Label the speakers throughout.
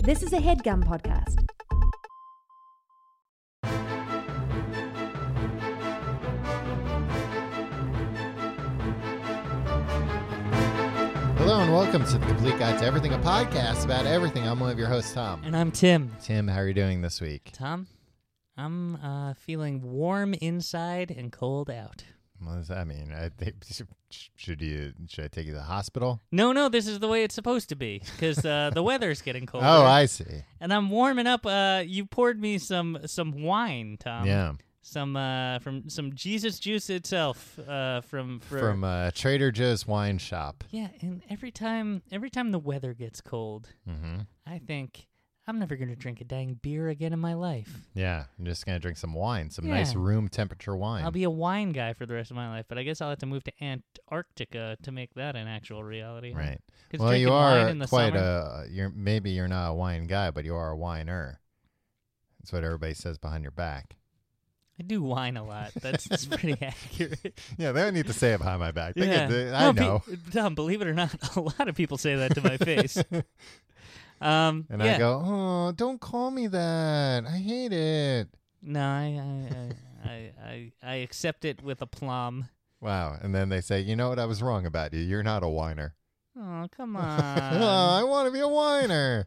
Speaker 1: This is a headgum podcast.
Speaker 2: Hello and welcome to the Complete Guide to Everything, a podcast about everything. I'm one of your hosts, Tom.
Speaker 3: And I'm Tim.
Speaker 2: Tim, how are you doing this week?
Speaker 3: Tom, I'm uh, feeling warm inside and cold out.
Speaker 2: What does that mean? I think, should you should I take you to the hospital?
Speaker 3: No, no, this is the way it's supposed to be because uh, the weather's getting cold.
Speaker 2: Oh, I see.
Speaker 3: and I'm warming up. Uh, you poured me some some wine, Tom.
Speaker 2: yeah,
Speaker 3: Some uh, from some Jesus juice itself. Uh, from for,
Speaker 2: from uh, Trader Joe's wine shop.
Speaker 3: yeah. And every time every time the weather gets cold,
Speaker 2: hmm
Speaker 3: I think I'm never gonna drink a dang beer again in my life.
Speaker 2: Yeah, I'm just gonna drink some wine, some nice
Speaker 3: Yeah.
Speaker 2: room temperature wine.
Speaker 3: I'll be a wine guy for the rest of my life, but I guess I'll have to move to Antarctica to make that an actual reality. huh?
Speaker 2: right.
Speaker 3: 'Cause
Speaker 2: Well, you
Speaker 3: drinking wine
Speaker 2: are
Speaker 3: in the
Speaker 2: quite
Speaker 3: summer-
Speaker 2: a. You're maybe you're not a wine guy, but you are a winer. That's what everybody says behind your back.
Speaker 3: I do wine a lot. That's, that's pretty accurate.
Speaker 2: Yeah, they don't need to say it behind my back. They
Speaker 3: yeah.
Speaker 2: could do- I
Speaker 3: No,
Speaker 2: know.
Speaker 3: pe- Tom, believe it or not, a lot of people say that to my face. Um,
Speaker 2: And
Speaker 3: yeah.
Speaker 2: I go, oh, don't call me that. I hate it.
Speaker 3: No, I, I, I, I, I accept it with aplomb.
Speaker 2: Wow. And then they say, you know what? I was wrong about you. You're not a whiner.
Speaker 3: Oh, come
Speaker 2: oh,
Speaker 3: on.
Speaker 2: I want to be a whiner.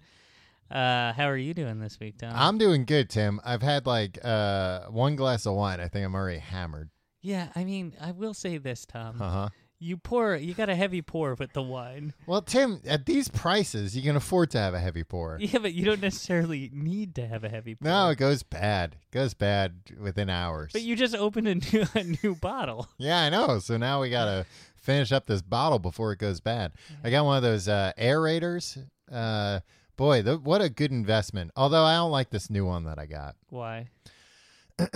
Speaker 3: uh, how are you doing this week, Tom?
Speaker 2: I'm doing good, Tim. I've had like uh, one glass of wine. I think I'm already hammered.
Speaker 3: yeah, I mean, I will say this, Tom.
Speaker 2: Uh huh.
Speaker 3: You pour, you got a heavy pour with the wine.
Speaker 2: Well, Tim, at these prices, you can afford to have a heavy pour.
Speaker 3: Yeah, but you don't necessarily need to have a heavy pour.
Speaker 2: No, it goes bad. It goes bad within hours.
Speaker 3: But you just opened a new a new bottle.
Speaker 2: Yeah, I know. So now we gotta finish up this bottle before it goes bad. I got one of those uh, aerators. Uh, boy, th- what a good investment. Although I don't like this new one that I got.
Speaker 3: Why?
Speaker 2: Uh,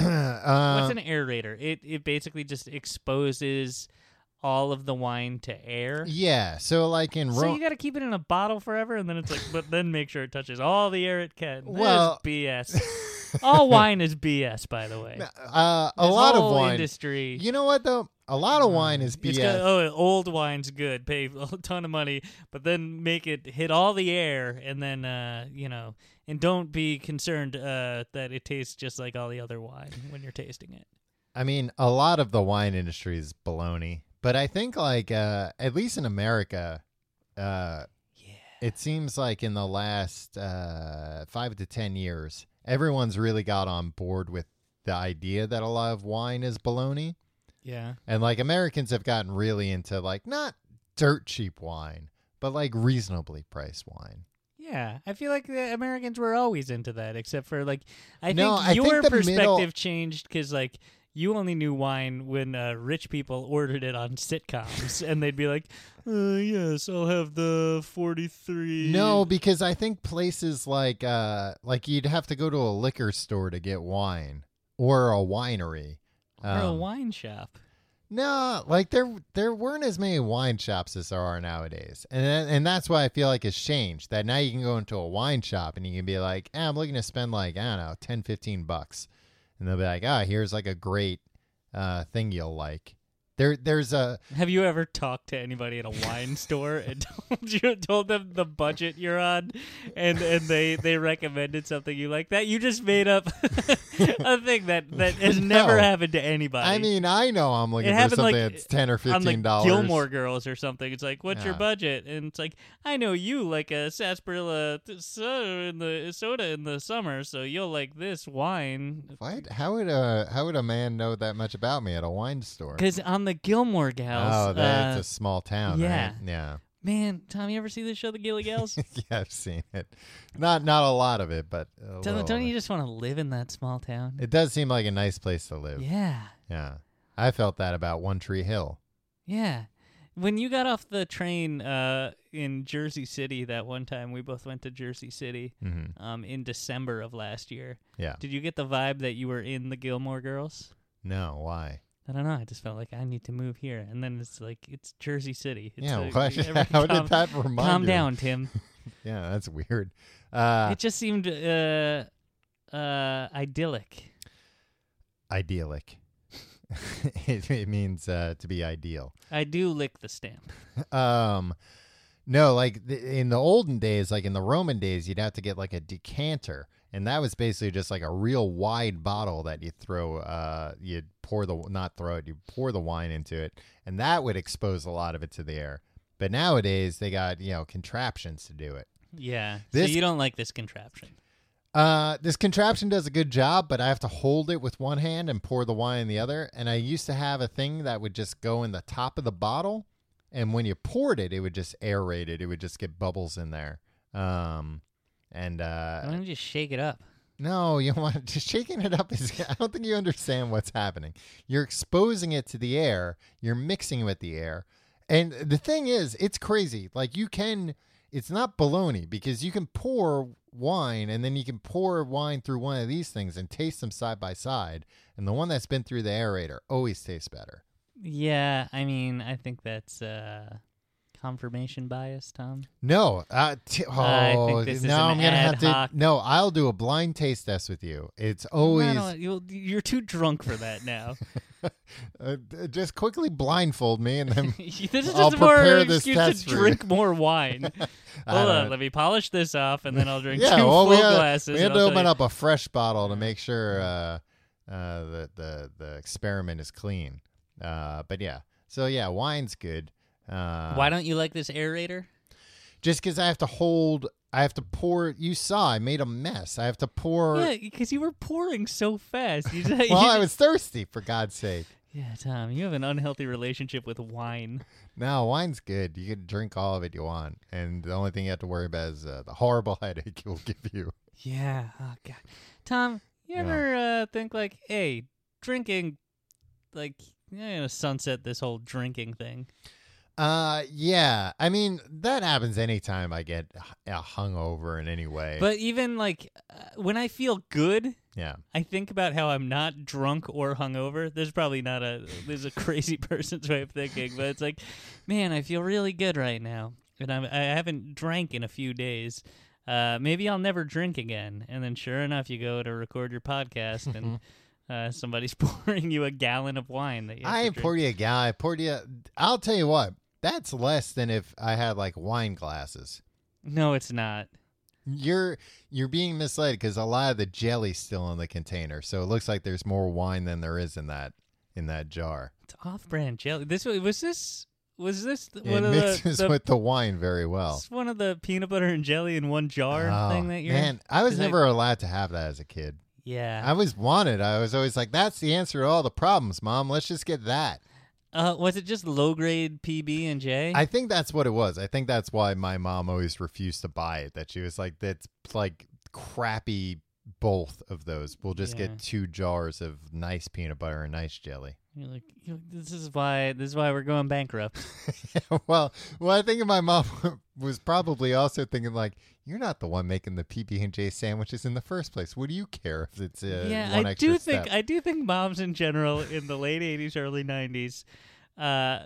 Speaker 3: What's an aerator? It it basically just exposes all of the wine to air.
Speaker 2: yeah. So like in
Speaker 3: So
Speaker 2: Rome.
Speaker 3: you got to keep it in a bottle forever, and then it's like, but then make sure it touches all the air it can. That's
Speaker 2: Well-
Speaker 3: BS. all wine is BS, by the way.
Speaker 2: uh, a
Speaker 3: This
Speaker 2: lot of
Speaker 3: whole
Speaker 2: wine.
Speaker 3: industry.
Speaker 2: You know what though? A lot of wine is
Speaker 3: Mm. It's
Speaker 2: BS.
Speaker 3: got, oh, old wine's good. Pay a ton of money, but then make it hit all the air, and then uh, you know, and don't be concerned uh, that it tastes just like all the other wine when you're tasting it.
Speaker 2: I mean, a lot of the wine industry is baloney, but I think like uh, at least in America, uh,
Speaker 3: Yeah.
Speaker 2: it seems like in the last uh, five to ten years, everyone's really got on board with the idea that a lot of wine is baloney,
Speaker 3: Yeah.
Speaker 2: and like Americans have gotten really into like not dirt cheap wine, but like reasonably priced wine.
Speaker 3: Yeah, I feel like the Americans were always into that, except for like I
Speaker 2: No,
Speaker 3: think
Speaker 2: I think
Speaker 3: your
Speaker 2: the
Speaker 3: perspective
Speaker 2: middle-
Speaker 3: changed because like you only knew wine when uh, rich people ordered it on sitcoms, and they'd be like, uh, "Yes, I'll have the forty-three.
Speaker 2: No, because I think places like uh, like you'd have to go to a liquor store to get wine or a winery.
Speaker 3: or a
Speaker 2: Um,
Speaker 3: wine shop.
Speaker 2: No, like there there weren't as many wine shops as there are nowadays, and that- and that's why I feel like it's changed. That now you can go into a wine shop and you can be like, eh, I'm looking to spend like I don't know, 10, 15 bucks, and they'll be like, ah, here's like a great uh, thing you'll like. There, there's a
Speaker 3: Have you ever talked to anybody at a wine store and told you told them the budget you're on, and and they they recommended something you like that? You just made up a thing that that has never
Speaker 2: No.
Speaker 3: happened to anybody.
Speaker 2: I mean, I know I'm looking
Speaker 3: it
Speaker 2: for
Speaker 3: happened
Speaker 2: something
Speaker 3: like
Speaker 2: that's ten or
Speaker 3: on
Speaker 2: fifteen
Speaker 3: like
Speaker 2: dollars.
Speaker 3: Gilmore Girls or something. It's like, what's your
Speaker 2: Yeah.
Speaker 3: budget? And it's like, I know you like a sarsaparilla t- so in the soda in the summer, so you'll like this wine.
Speaker 2: What? How would a how would a man know that much about me at a wine store?
Speaker 3: Because on the Gilmore Gals,
Speaker 2: Oh, that's
Speaker 3: uh,
Speaker 2: a small town.
Speaker 3: yeah.
Speaker 2: right? yeah.
Speaker 3: man, Tom, you ever see this show, The Gilly Gals?
Speaker 2: yeah, I've seen it. Not not a lot of it, but a little
Speaker 3: Don't,
Speaker 2: of
Speaker 3: don't
Speaker 2: it.
Speaker 3: you just want to live in that small town?
Speaker 2: It does seem like a nice place to live. Yeah.
Speaker 3: yeah,
Speaker 2: I felt that about One Tree Hill.
Speaker 3: yeah. When you got off the train uh, in Jersey City that one time, we both went to Jersey City
Speaker 2: hmm
Speaker 3: um, in December of last year.
Speaker 2: Yeah.
Speaker 3: Did you get the vibe that you were in the Gilmore Girls?
Speaker 2: No, why?
Speaker 3: I don't know. I just felt like I need to move here, and then it's like it's Jersey City. It's
Speaker 2: yeah,
Speaker 3: like,
Speaker 2: why
Speaker 3: every-
Speaker 2: how
Speaker 3: calm,
Speaker 2: did that remind
Speaker 3: calm
Speaker 2: you?
Speaker 3: down, Tim.
Speaker 2: Yeah, that's weird. Uh,
Speaker 3: it just seemed uh, uh, idyllic.
Speaker 2: idyllic. it, it means uh, to be ideal.
Speaker 3: I do lick the stamp.
Speaker 2: Um, No, like th- in the olden days, like in the Roman days, you'd have to get like a decanter, and that was basically just like a real wide bottle that you throw, uh, you'd pour the not throw it, you pour the wine into it, and that would expose a lot of it to the air. But nowadays, they got you know contraptions to do it.
Speaker 3: Yeah.
Speaker 2: This-
Speaker 3: so you don't like this contraption.
Speaker 2: Uh, this contraption does a good job, but I have to hold it with one hand and pour the wine in the other. And I used to have a thing that would just go in the top of the bottle, and when you poured it, it would just aerate it. It would just get bubbles in there. Um, and
Speaker 3: Why
Speaker 2: uh,
Speaker 3: don't you just shake it up?
Speaker 2: no, you want just shaking it up is. I don't think you understand what's happening. You're exposing it to the air. You're mixing with the air, and the thing is, it's crazy. Like you can, it's not baloney because you can pour wine and then you can pour wine through one of these things and taste them side by side. And the one that's been through the aerator always tastes better.
Speaker 3: Yeah, I mean, I think that's uh, confirmation bias, Tom.
Speaker 2: No, uh, t- oh,
Speaker 3: I think this is
Speaker 2: now
Speaker 3: an
Speaker 2: I'm gonna
Speaker 3: ad
Speaker 2: have to.
Speaker 3: hoc-
Speaker 2: No, I'll do a blind taste test with you. It's always
Speaker 3: No, no, you'll- you're too drunk for that now.
Speaker 2: uh, d- just quickly blindfold me and then
Speaker 3: this is just
Speaker 2: I'll
Speaker 3: more
Speaker 2: prepare
Speaker 3: an
Speaker 2: this
Speaker 3: excuse
Speaker 2: test
Speaker 3: to
Speaker 2: for you.
Speaker 3: drink more wine.
Speaker 2: I
Speaker 3: Hold
Speaker 2: don't
Speaker 3: on,
Speaker 2: know.
Speaker 3: let me polish this off, and then I'll drink
Speaker 2: yeah,
Speaker 3: two
Speaker 2: well,
Speaker 3: full
Speaker 2: we had,
Speaker 3: glasses.
Speaker 2: we had
Speaker 3: and
Speaker 2: to
Speaker 3: I'll
Speaker 2: open
Speaker 3: tell you-
Speaker 2: up a fresh bottle to make sure uh, uh, the, the the experiment is clean. Uh, but yeah, so yeah, wine's good. Uh,
Speaker 3: Why don't you like this aerator?
Speaker 2: Just because I have to hold, I have to pour. You saw, I made a mess. I have to pour.
Speaker 3: Yeah, because you were pouring so fast. You just,
Speaker 2: Well,
Speaker 3: you
Speaker 2: I
Speaker 3: just-
Speaker 2: was thirsty, for God's sake.
Speaker 3: Yeah, Tom, you have an unhealthy relationship with wine.
Speaker 2: No, wine's good. You can drink all of it you want, and the only thing you have to worry about is uh, the horrible headache it will give you.
Speaker 3: Yeah. Oh God, Tom, you
Speaker 2: Yeah.
Speaker 3: ever uh, think like, hey, drinking, like, I'm gonna sunset this whole drinking thing.
Speaker 2: Uh, yeah. I mean, that happens anytime I get h- uh, hungover in any way.
Speaker 3: But even like uh, when I feel good,
Speaker 2: yeah.
Speaker 3: I think about how I'm not drunk or hungover. There's probably not a there's a crazy person's way of thinking, but it's like, man, I feel really good right now, and I'm, I haven't drank in a few days. Uh, maybe I'll never drink again. And then, sure enough, you go to record your podcast, and uh, somebody's pouring you a gallon of wine that you. Have
Speaker 2: I
Speaker 3: to
Speaker 2: ain't
Speaker 3: drink.
Speaker 2: poured you a guy. Poured you. I'll tell you what. That's less than if I had like wine glasses.
Speaker 3: No, it's not.
Speaker 2: You're you're being misled because a lot of the jelly's still in the container, so it looks like there's more wine than there is in that in that jar.
Speaker 3: It's off-brand jelly. This wa- was this was this th-
Speaker 2: It
Speaker 3: one of the,
Speaker 2: mixes
Speaker 3: the
Speaker 2: with the wine very well.
Speaker 3: it's one of the peanut butter and jelly in one jar
Speaker 2: Oh,
Speaker 3: thing that you're.
Speaker 2: man, I was
Speaker 3: 'cause I-
Speaker 2: never allowed to have that as a kid.
Speaker 3: Yeah.
Speaker 2: I was wanted. I was always like, "That's the answer to all the problems, mom. Let's just get that."
Speaker 3: Uh, was it just low grade PB and J?
Speaker 2: I think that's what it was. I think that's why my mom always refused to buy it. That she was like, that's like crappy both of those. We'll just
Speaker 3: Yeah.
Speaker 2: get two jars of nice peanut butter and nice jelly.
Speaker 3: You're like, you're like, this is why this is why we're going bankrupt.
Speaker 2: well, well, I think my mom was probably also thinking like, you're not the one making the PB and J sandwiches in the first place. What do you care if it's uh,
Speaker 3: yeah,
Speaker 2: one
Speaker 3: I
Speaker 2: extra
Speaker 3: do think
Speaker 2: step?
Speaker 3: I do think moms in general in the late '80s, early '90s, uh,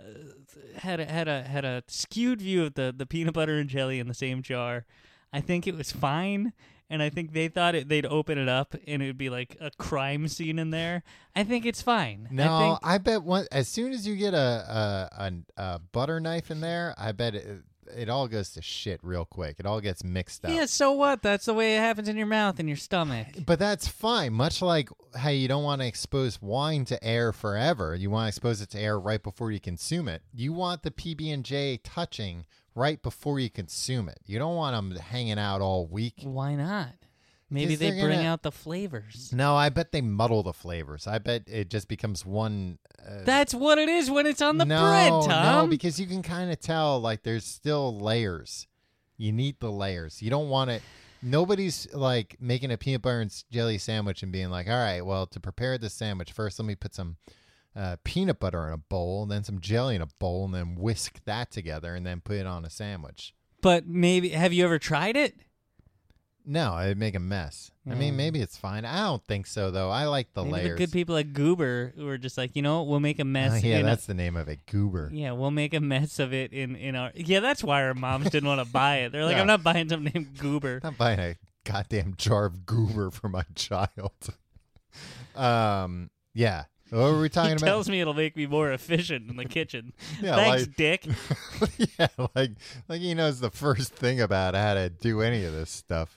Speaker 3: had a, had a had a skewed view of the the peanut butter and jelly in the same jar. I think it was fine, and I think they thought it, they'd open it up and it would be like a crime scene in there. I think it's fine.
Speaker 2: no,
Speaker 3: I
Speaker 2: I,
Speaker 3: think
Speaker 2: bet one, as soon as you get a a, a a butter knife in there, I bet it, it all goes to shit real quick. It all gets mixed up.
Speaker 3: yeah. So what? That's the way it happens in your mouth and your stomach.
Speaker 2: But that's fine. Much like how you don't want to expose wine to air forever, you want to expose it to air right before you consume it. You want the PB and J touching right before you consume it. You don't want them hanging out all week.
Speaker 3: Why not? Maybe
Speaker 2: 'Cause
Speaker 3: they
Speaker 2: they're
Speaker 3: bring
Speaker 2: gonna-
Speaker 3: out the flavors.
Speaker 2: No, I bet they muddle the flavors. I bet it just becomes one. Uh,
Speaker 3: That's what it is when it's on the
Speaker 2: no,
Speaker 3: bread,
Speaker 2: no,
Speaker 3: Tom.
Speaker 2: because you can kind of tell like there's still layers. You need the layers. You don't want it. Nobody's like making a peanut butter and s- jelly sandwich and being like, "All right, well, to prepare this sandwich, first let me put some uh, peanut butter in a bowl, and then some jelly in a bowl, and then whisk that together, and then put it on a sandwich."
Speaker 3: but maybe have you ever tried it?
Speaker 2: No, it'd make a mess. I mean,
Speaker 3: Mm.
Speaker 2: maybe it's fine. I don't think so, though. I like the
Speaker 3: maybe
Speaker 2: layers.
Speaker 3: the good people at Goober who are just like, you know, what, we'll make a
Speaker 2: Oh,
Speaker 3: mess.
Speaker 2: yeah,
Speaker 3: in
Speaker 2: that's the name of it, goober.
Speaker 3: A, yeah, we'll make a mess of it in in our. Yeah, that's why our moms didn't want to buy it. They're like,
Speaker 2: Yeah.
Speaker 3: I'm not buying something named Goober.
Speaker 2: I'm not buying a goddamn jar of goober for my child. um, yeah, What were we talking
Speaker 3: he
Speaker 2: about?
Speaker 3: tells me it'll make me more efficient in the kitchen.
Speaker 2: Yeah,
Speaker 3: Thanks, Dick.
Speaker 2: like, yeah, like like he knows the first thing about how to do any of this stuff.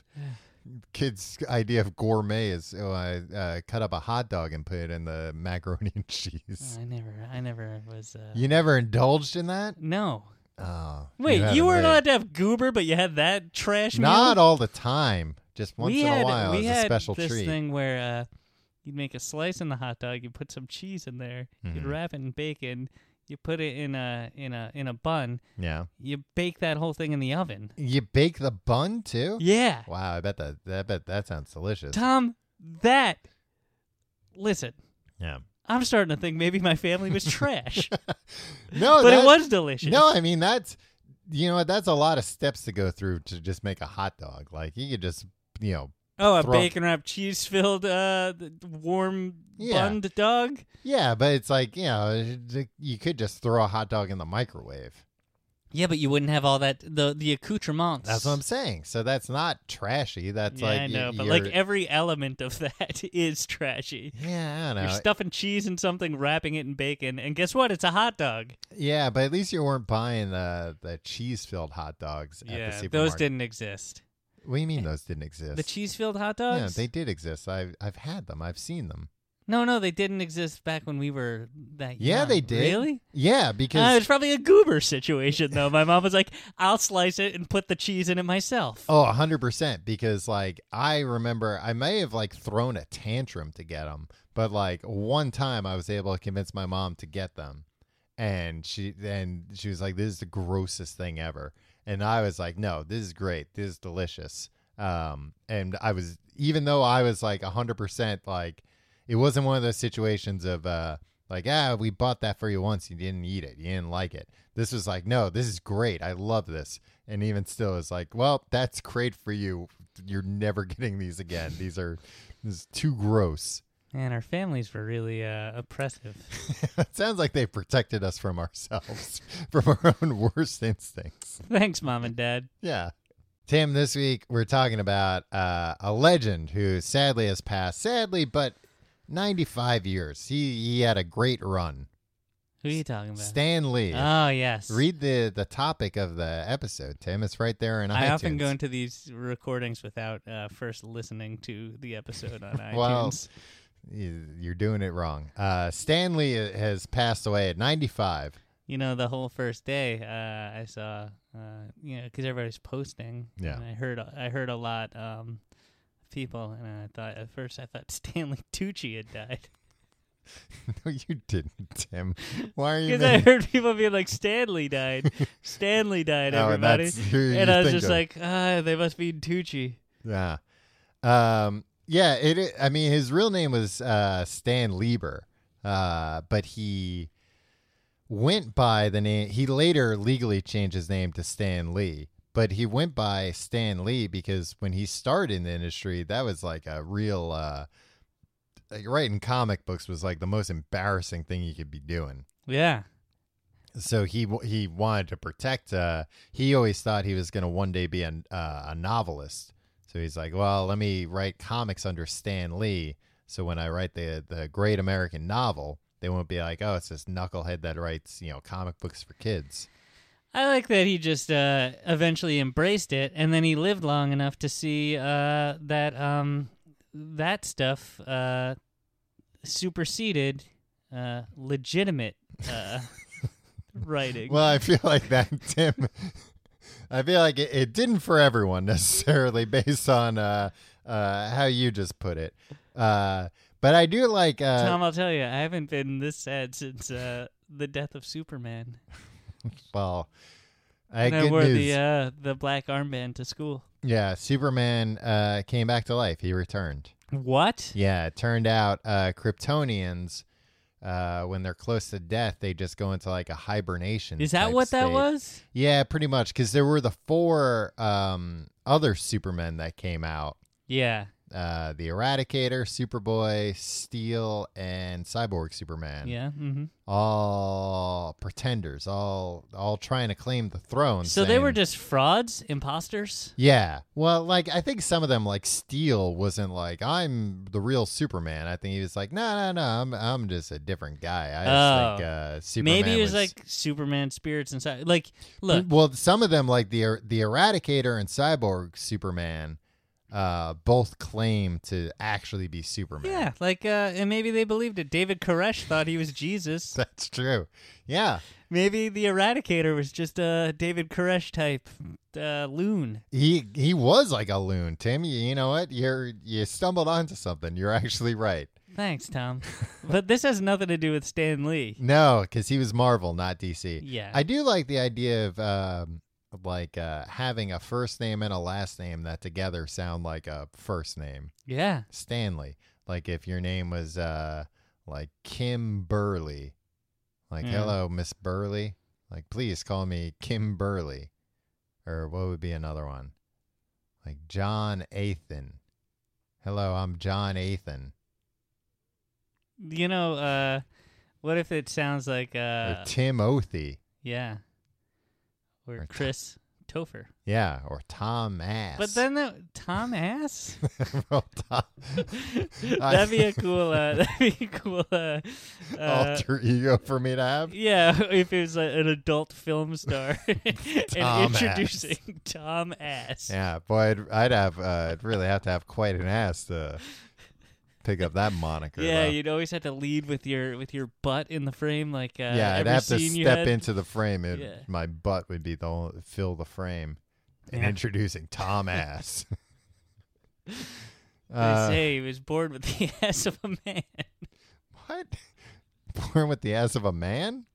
Speaker 2: Kids' idea of gourmet is oh, I uh, cut up a hot dog and put it in the macaroni and cheese.
Speaker 3: I never, I never was. Uh,
Speaker 2: You never indulged in that?
Speaker 3: no,
Speaker 2: Oh,
Speaker 3: wait, you,
Speaker 2: had it
Speaker 3: weren't
Speaker 2: late.
Speaker 3: allowed to have goober, but you had that trash. meal?
Speaker 2: Not all the time. Just once
Speaker 3: we
Speaker 2: in
Speaker 3: had,
Speaker 2: a while
Speaker 3: we
Speaker 2: as
Speaker 3: had
Speaker 2: a special
Speaker 3: this
Speaker 2: treat.
Speaker 3: thing where uh, you'd make a slice in the hot dog, you put some cheese in there, you'd
Speaker 2: Mhm.
Speaker 3: wrap it in bacon, you put it in a in a in a bun,
Speaker 2: Yeah.
Speaker 3: you bake that whole thing in the oven.
Speaker 2: You bake the bun too?
Speaker 3: Yeah,
Speaker 2: Wow, I bet that I bet that sounds delicious.
Speaker 3: Tom, that. Listen,
Speaker 2: yeah.
Speaker 3: I'm starting to think maybe my family was trash,
Speaker 2: No,
Speaker 3: but it
Speaker 2: that-
Speaker 3: was delicious.
Speaker 2: No, I mean that's you know what, that's a lot of steps to go through to just make a hot dog. Like you could just you know
Speaker 3: oh, a
Speaker 2: throw-
Speaker 3: bacon wrapped cheese filled uh, th- warm
Speaker 2: Yeah.
Speaker 3: bunned dog.
Speaker 2: yeah, but it's like you know you could just throw a hot dog in the microwave.
Speaker 3: Yeah, but you wouldn't have all that the the accoutrements.
Speaker 2: That's what I'm saying. So that's not trashy. That's
Speaker 3: yeah,
Speaker 2: like
Speaker 3: I
Speaker 2: y-
Speaker 3: know, but
Speaker 2: you're-
Speaker 3: like every element of that is trashy.
Speaker 2: yeah, I don't know.
Speaker 3: You're stuffing cheese in something, wrapping it in bacon, and guess what? It's a hot dog.
Speaker 2: yeah, but at least you weren't buying the the cheese filled hot dogs at the
Speaker 3: yeah,
Speaker 2: supermarket.
Speaker 3: those didn't exist.
Speaker 2: What do you mean those didn't exist?
Speaker 3: The cheese filled hot
Speaker 2: yeah,
Speaker 3: dogs?
Speaker 2: they did exist. I've I've had them. I've seen them.
Speaker 3: No, no, they didn't exist back when we were that
Speaker 2: Yeah,
Speaker 3: young.
Speaker 2: they did.
Speaker 3: Really?
Speaker 2: Yeah,
Speaker 3: Uh,
Speaker 2: because
Speaker 3: it's probably a goober situation, though. My mom was like, I'll slice it and put the cheese in it myself.
Speaker 2: Oh, 100% because like I remember I may have like thrown a tantrum to get them, but like one time I was able to convince my mom to get them. And she then she was like this is the grossest thing ever. And I was like, "No, this is great. This is delicious." Um and I was even though I was like 100% like it wasn't one of those situations of uh like ah we bought that for you once you didn't eat it you didn't like it this was like no this is great i love this and even still it's like well that's great for you you're never getting these again these are this is too gross
Speaker 3: Man, our families were really uh, oppressive.
Speaker 2: it sounds like they protected us from ourselves from our own worst instincts
Speaker 3: Thanks, mom and dad.
Speaker 2: Yeah. Tim, this week we're talking about uh, a legend who sadly has passed. Sadly, but 95 years. He he had a great run.
Speaker 3: Who are you talking about?
Speaker 2: Stan Lee.
Speaker 3: Oh, yes.
Speaker 2: Read the the topic of the episode, Tim. It's right there in
Speaker 3: I
Speaker 2: iTunes.
Speaker 3: often go into these recordings without uh, first listening to the episode on
Speaker 2: Well,
Speaker 3: iTunes.
Speaker 2: You- You're doing it wrong. Uh, Stan Lee has passed away at 95.
Speaker 3: You know, the whole first day, uh, I saw, uh, you know, because everybody's posting.
Speaker 2: Yeah.
Speaker 3: And I heard, I heard a lot um, of people, and I thought at first I thought Stanley Tucci had died
Speaker 2: no, you didn't, Tim. Why are you?
Speaker 3: because I
Speaker 2: making-
Speaker 3: heard people being like Stanley died, Stanley died,
Speaker 2: Oh, and
Speaker 3: everybody,
Speaker 2: that's who you
Speaker 3: and I was
Speaker 2: think
Speaker 3: just
Speaker 2: of.
Speaker 3: like, ah, they must be Tucci.
Speaker 2: Yeah. Um, yeah, it, it- I mean, his real name was uh, Stan Lieber, uh, but he went by the name. He later legally changed his name to Stan Lee, but he went by Stan Lee because when he started in the industry, that was like a real. Uh, like writing comic books was like the most embarrassing thing you could be doing
Speaker 3: Yeah,
Speaker 2: so he w- he wanted to protect. Uh, he always thought he was going to one day be an, uh, a novelist. So he's like, well, let me write comics under Stan Lee. So when I write the the Great American Novel, they won't be like, oh, it's this knucklehead that writes you know comic books for kids.
Speaker 3: I like that he just uh, eventually embraced it, and then he lived long enough to see uh, that um, that stuff uh, superseded uh, legitimate uh, writing.
Speaker 2: Well, I feel like that, Tim. I feel like it, it didn't for everyone necessarily, based on uh, uh, how you just put it. Uh, but I do like uh,
Speaker 3: Tom, I'll tell you, I haven't been this sad since uh, the death of Superman.
Speaker 2: well. I,
Speaker 3: and I
Speaker 2: good
Speaker 3: wore
Speaker 2: news.
Speaker 3: the uh, the black armband to school.
Speaker 2: Yeah, Superman uh, came back to life. He returned.
Speaker 3: What?
Speaker 2: Yeah, it turned out uh, Kryptonians, uh, when they're close to death, they just go into like a hibernation.
Speaker 3: Is that
Speaker 2: type
Speaker 3: what that
Speaker 2: state.
Speaker 3: was?
Speaker 2: Yeah, pretty much. Because there were the four um, other Supermen that came out.
Speaker 3: Yeah.
Speaker 2: uh, the Eradicator, Superboy, Steel, and Cyborg Superman.
Speaker 3: Yeah. Mm-hmm.
Speaker 2: All pretenders, all all trying to claim the throne.
Speaker 3: So they were
Speaker 2: saying-
Speaker 3: just frauds, imposters.
Speaker 2: Yeah. Well, like I think some of them like Steel wasn't like I'm the real Superman. I think he was like, "No, no, no. I'm I'm just a different guy." I just
Speaker 3: Oh.
Speaker 2: think uh Superman
Speaker 3: Maybe it was, like Superman spirits inside. Like, look,
Speaker 2: Well, some of them like the Er, the Eradicator and Cyborg Superman uh both claim to actually be Superman.
Speaker 3: yeah, like, uh, and maybe they believed it. David Koresh thought he was Jesus.
Speaker 2: That's true. Yeah.
Speaker 3: Maybe the Eradicator was just a David Koresh type uh, loon.
Speaker 2: He he was like a loon, Tim. You, you know what? You're you stumbled onto something. You're actually right.
Speaker 3: Thanks, Tom. but this has nothing to do with Stan Lee.
Speaker 2: No, because he was Marvel, not DC.
Speaker 3: Yeah.
Speaker 2: I do like the idea of um, like uh, having a first name and a last name that together sound like a first name.
Speaker 3: yeah.
Speaker 2: Stanley. Like if your name was uh, like Kim Burley, like
Speaker 3: Yeah.
Speaker 2: hello Miss Burley, like please call me Kim Burley, or what would be another one? Like John Athan. Hello, I'm John Athan.
Speaker 3: You know, uh, what if it sounds like, uh,
Speaker 2: or Timothy.
Speaker 3: yeah, or,
Speaker 2: Or Tom-
Speaker 3: Chris Topher?
Speaker 2: Yeah, or Tom Ass.
Speaker 3: But then the Tom Ass?
Speaker 2: Well, Tom-
Speaker 3: that'd be a cool, uh, that'd be a cool, uh, uh,
Speaker 2: alter ego for me to have.
Speaker 3: yeah, if it was like, an adult film star
Speaker 2: Tom
Speaker 3: and
Speaker 2: Ass.
Speaker 3: introducing Tom Ass.
Speaker 2: Yeah, boy, I'd, I'd have, uh, I'd really have to have quite an ass to pick up that moniker.
Speaker 3: Yeah,
Speaker 2: though.
Speaker 3: you'd always have to lead with your with your butt in the frame, like uh,
Speaker 2: yeah, I'd
Speaker 3: every
Speaker 2: have to
Speaker 3: scene you
Speaker 2: step
Speaker 3: had.
Speaker 2: into the frame. It,
Speaker 3: Yeah.
Speaker 2: My butt would be the only, fill the frame. And
Speaker 3: Yeah.
Speaker 2: introducing Tom Ass.
Speaker 3: They
Speaker 2: Uh,
Speaker 3: say he was born with the ass of a man.
Speaker 2: what? Born with the ass of a man?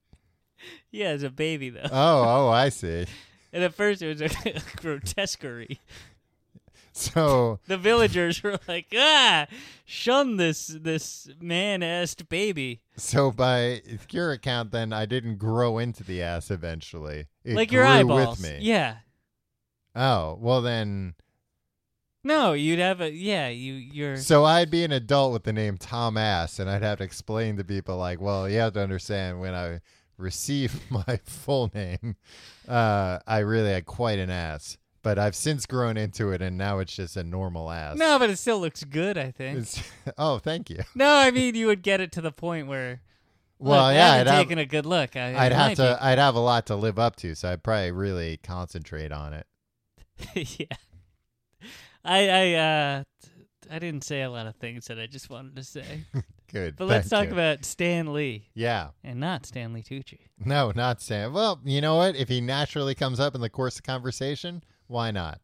Speaker 3: yeah, as a baby though.
Speaker 2: Oh, oh, I see.
Speaker 3: and at first it was a grotesquerie.
Speaker 2: So
Speaker 3: The villagers were like, "Ah, shun this this man-assed baby."
Speaker 2: So by your account, then I didn't grow into the ass eventually. It
Speaker 3: like your
Speaker 2: grew
Speaker 3: eyeballs.
Speaker 2: with me.
Speaker 3: Yeah.
Speaker 2: Oh well, then.
Speaker 3: No, you'd have a yeah. You you're
Speaker 2: So I'd be an adult with the name Tom Ass, and I'd have to explain to people like, well, you have to understand when I received my full name, uh, I really had quite an ass, but I've since grown into it, and now it's just a normal ass.
Speaker 3: no, but it still looks good. I think.
Speaker 2: It's- oh, thank you.
Speaker 3: no, I mean you would get it to the point where
Speaker 2: Well,
Speaker 3: look, I
Speaker 2: yeah, I'd
Speaker 3: haven't
Speaker 2: have,
Speaker 3: taken a good look. I, it
Speaker 2: I'd have
Speaker 3: might
Speaker 2: to, I'd have a lot to live up to, so I'd probably really concentrate on it.
Speaker 3: yeah. I I uh I didn't say a lot of things that I just wanted to say.
Speaker 2: Good.
Speaker 3: But let's
Speaker 2: thank
Speaker 3: talk
Speaker 2: you.
Speaker 3: about Stan Lee
Speaker 2: Yeah.
Speaker 3: and not Stanley Tucci.
Speaker 2: No, not Sam. Well, you know what? If he naturally comes up in the course of conversation, why not?